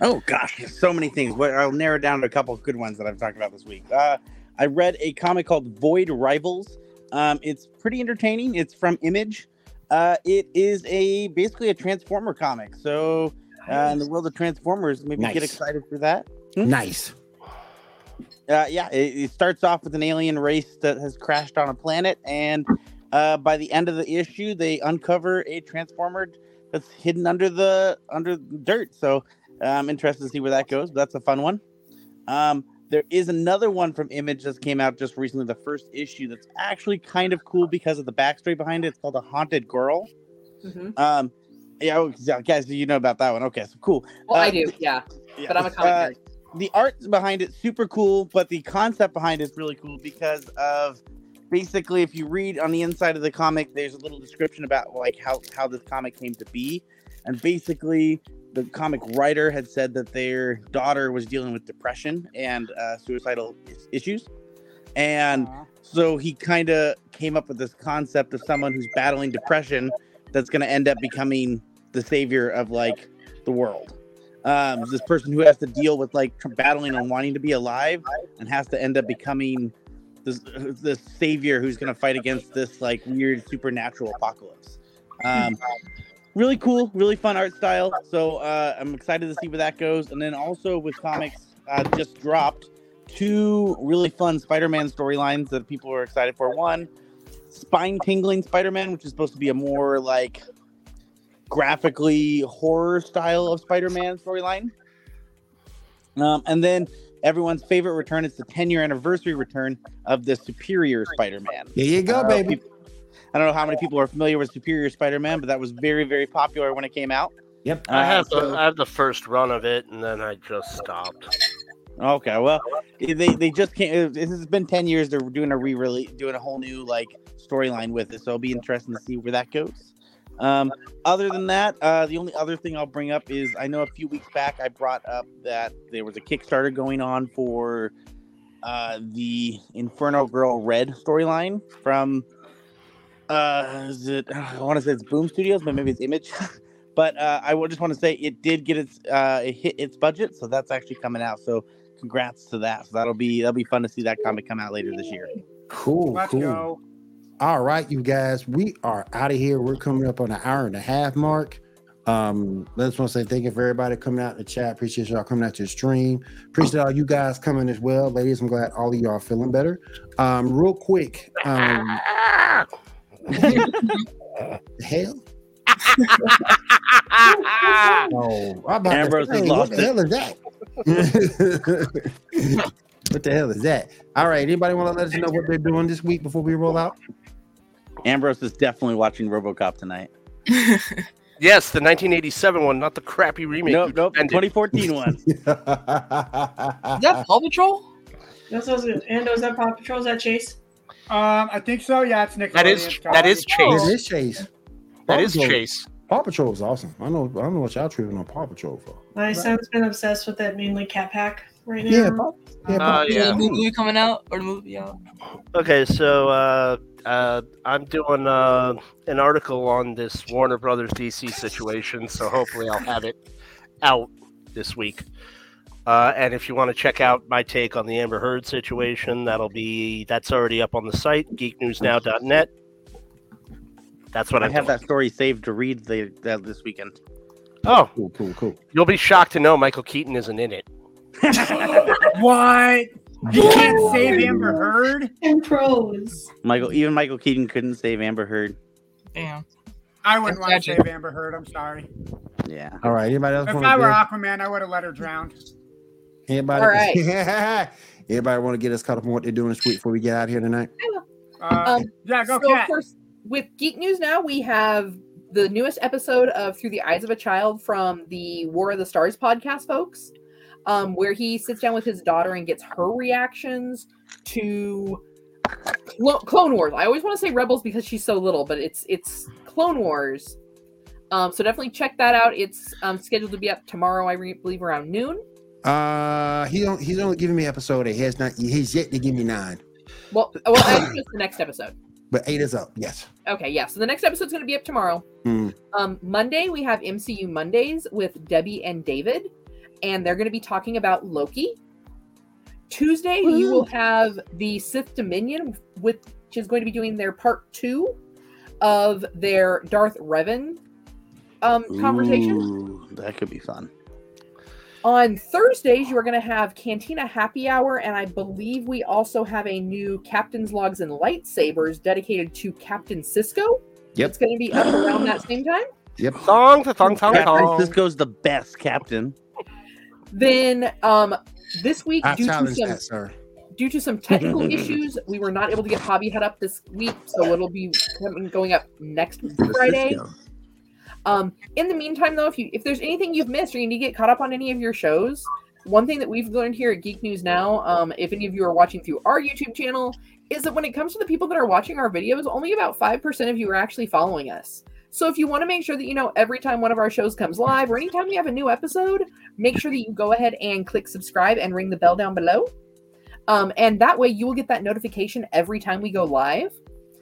I: Oh gosh, there's so many things. Well, I'll narrow down to a couple of good ones that I've talked about this week. Uh, I read a comic called Void Rivals. Um, it's pretty entertaining. It's from Image. Uh, it is a basically a Transformer comic. So uh, in the world of Transformers, maybe get
B: Nice.
I: excited for that. Hmm?
B: Nice.
I: uh, yeah, it, it starts off with an alien race that has crashed on a planet, and uh, by the end of the issue, they uncover a transformer that's hidden under the under the dirt. So I'm interested to see where that goes. But that's a fun one. Um, there is another one from Image that came out just recently, the first issue that's actually kind of cool because of the backstory behind it. It's called A Haunted Girl.
D: hmm
I: Um, yeah, oh, yeah, guys, you know about that one. Okay, so cool.
D: Well, I
I: Uh,
D: do, yeah.
I: Yeah.
D: But I'm a comic
I: Uh,
D: nerd.
I: the art behind it super cool, but the concept behind it's really cool because of basically if you read on the inside of the comic, there's a little description about like how how this comic came to be, and basically the comic writer had said that their daughter was dealing with depression and uh, suicidal is- issues, and so he kind of came up with this concept of someone who's battling depression that's going to end up becoming the savior of like the world. Um, this person who has to deal with like tr- battling and wanting to be alive and has to end up becoming this, this savior who's going to fight against this like weird supernatural apocalypse. Um, really cool, really fun art style. So uh, I'm excited to see where that goes. And then also with comics uh, just dropped two really fun Spider-Man storylines that people are excited for. One, spine tingling Spider-Man, which is supposed to be a more like graphically horror style of Spider-Man storyline. Um, and then everyone's favorite return is the 10 year anniversary return of the Superior Spider-Man.
B: There you go,
I: Uh,
B: baby.
I: peop- I don't know how many people are familiar with Superior Spider-Man, but that was very, very popular when it came out.
B: Yep.
I: Uh,
C: I have the
I: so-
C: I have the first run of it, and then I just *laughs* stopped.
I: Okay, well, they they just can't. This has been ten years. They're doing a re-release, doing a whole new like storyline with it. So it'll be interesting to see where that goes. Um, other than that, uh, the only other thing I'll bring up is I know a few weeks back I brought up that there was a Kickstarter going on for uh, the Inferno Girl Red storyline from uh, is it I want to say it's Boom Studios, but maybe it's Image. *laughs* but uh, I will- just want to say it did get its uh, it hit its budget, so that's actually coming out. So congrats to that. So that'll be that'll be fun to see that comic come out later this year.
B: Cool.
E: Let's
B: cool.
E: go.
B: All right, you guys, we are out of here. We're coming up on an hour and a half mark. Um, I just want to say thank you for everybody coming out in the chat. Appreciate y'all coming out to the stream. Appreciate all you guys coming as well. Ladies, I'm glad all of y'all are feeling better. Um, real quick, um, *laughs* hell. Oh, I'm about to
I: Ambrose
B: say,
I: has
B: what
I: lost
B: the
I: it.
B: hell is that? *laughs* what the hell is that? All right, anybody want to let us know what they're doing this week before we roll out?
I: Ambrose is definitely watching RoboCop tonight.
C: Yes, the 1987 one, not the crappy remake.
I: Nope,
C: you
I: nope,
C: defended.
I: *laughs* 2014
B: *laughs*
I: one.
G: Is that Paw Patrol?
F: That's what I was gonna- and was that Paw Patrol? Is that Chase?
E: Um, I think so. Yeah, it's Nick.
C: That is that is
B: It
C: Chase.
B: is Chase.
C: That is
B: Paw Patrol-
C: Chase.
B: Paw Patrol was awesome. I know. I don't know what y'all tripping on Paw Patrol for.
F: My son's been obsessed with that mainly cat pack right now.
B: Yeah, Paw, yeah, Paw
C: Uh,
G: Is
C: yeah.
G: the movie coming out or the movie out?
C: Okay, so uh, uh, I'm doing uh, an article on this Warner Brothers DC situation, so hopefully I'll have it out this week. Uh, and if you want to check out my take on the Amber Heard situation, that'll be that's already up on the site geeknewsnow.net. That's what
I: I
C: I'm
I: have
C: doing.
I: that story saved to read the, the, this weekend.
C: Oh,
B: Cool, cool, cool.
C: you'll be shocked to know Michael Keaton isn't in it.
E: What? You can't save Amber Heard.
F: And pros.
I: Michael, even Michael Keaton couldn't save Amber Heard.
G: Damn.
E: I wouldn't want to
G: Gotcha.
E: save Amber Heard. I'm sorry.
I: Yeah.
B: All right. Anybody else
E: If
B: want
E: I were
B: to?
E: Aquaman, I would have let her drown.
B: Get, anybody?
D: All right.
B: *laughs* anybody want to get us caught up on what they're doing this week before we get out here tonight?
E: Uh,
D: Um,
E: yeah, go
D: so of
E: cat.
D: course, with Geek News now, we have the newest episode of Through the Eyes of a Child from the War of the Stars podcast, folks, um, where he sits down with his daughter and gets her reactions to Clo- Clone Wars. I always want to say Rebels because she's so little, but it's it's Clone Wars. Um, so definitely check that out. It's um, scheduled to be up tomorrow, I re- believe, around noon.
B: Uh, he don't, he's only giving me episode eight. He has not. He's yet to give me nine.
D: Well, oh, well, I think it's the next episode.
B: But eight is up. Yes.
D: Okay, yeah. So the next episode's going to be up tomorrow.
B: Mm.
D: Um, Monday we have MCU Mondays with Debbie and David, and they're going to be talking about Loki. Tuesday you will have the Sith Dominion, which is going to be doing their part two of their Darth Revan um, conversation.
I: Ooh, that could be fun.
D: On Thursdays, you are going to have Cantina Happy Hour, and I believe we also have a new Captain's Logs and Lightsabers dedicated to Captain Cisco.
B: Yep.
D: It's going to be up around that same time.
B: Yep.
C: Thong, thong, thong,
I: Captain
C: thong.
I: Cisco's the best captain.
D: Then um, this week,
B: I
D: due to,
B: challenge
D: some,
B: that, sir.
D: due to some technical issues, we were not able to get Hobby Head up this week, so it'll be coming- going up next Friday. Um, in the meantime, though, if you if there's anything you've missed or you need to get caught up on any of your shows, one thing that we've learned here at Geek News Now, um, if any of you are watching through our YouTube channel, is that when it comes to the people that are watching our videos, only about five percent of you are actually following us. So if you want to make sure that you know every time one of our shows comes live or anytime we have a new episode, make sure that you go ahead and click subscribe and ring the bell down below. Um, and that way you will get that notification every time we go live.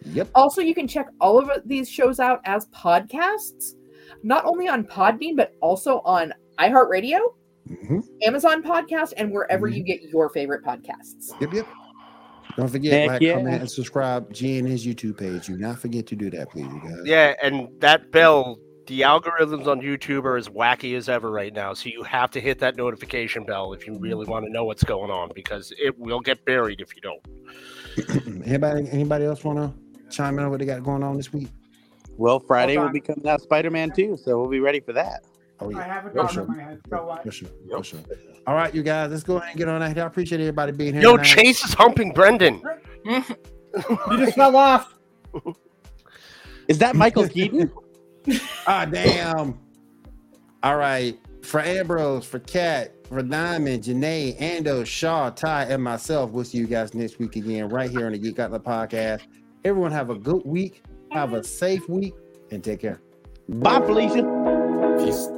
B: Yep.
D: Also, you can check all of these shows out as podcasts, not only on Podbean, but also on iHeartRadio,
B: Mhm.
D: Amazon Podcast, and wherever you get your favorite podcasts.
B: Yep. Yep. Don't forget,
I: Heck
B: like,
I: yeah.
B: comment, and subscribe. G and his YouTube page. Do not forget to do that, please, you guys.
C: Yeah, and that bell, the algorithms on YouTube are as wacky as ever right now. So you have to hit that notification bell if you really want to know what's going on because it will get buried if you don't.
B: *clears throat* anybody, anybody else want to chime in on what they got going on this week?
I: Well, Friday
E: Hold
I: will
E: on.
I: be coming out Spider Man 2, so we'll be ready for that.
B: Oh
E: I
B: yeah.
E: have a
B: For
E: dog
B: sure.
E: in my head. So what?
B: For sure. For
H: Yep.
B: sure. All right, you guys, let's go ahead and get on out here. I appreciate everybody being here.
C: Yo,
B: tonight.
C: Chase is humping Brendan.
E: You just fell off.
I: Is that Michael *laughs* Keaton?
B: Ah, damn. All right. For Ambrose, for Kat, for Diamond, Janae, Ando, Shaw, Ty, and myself, we'll see you guys next week again, right here on the Geek Outlet Podcast. Everyone have a good week. Have a safe week and take care.
I: Bye, Felicia.
H: Peace.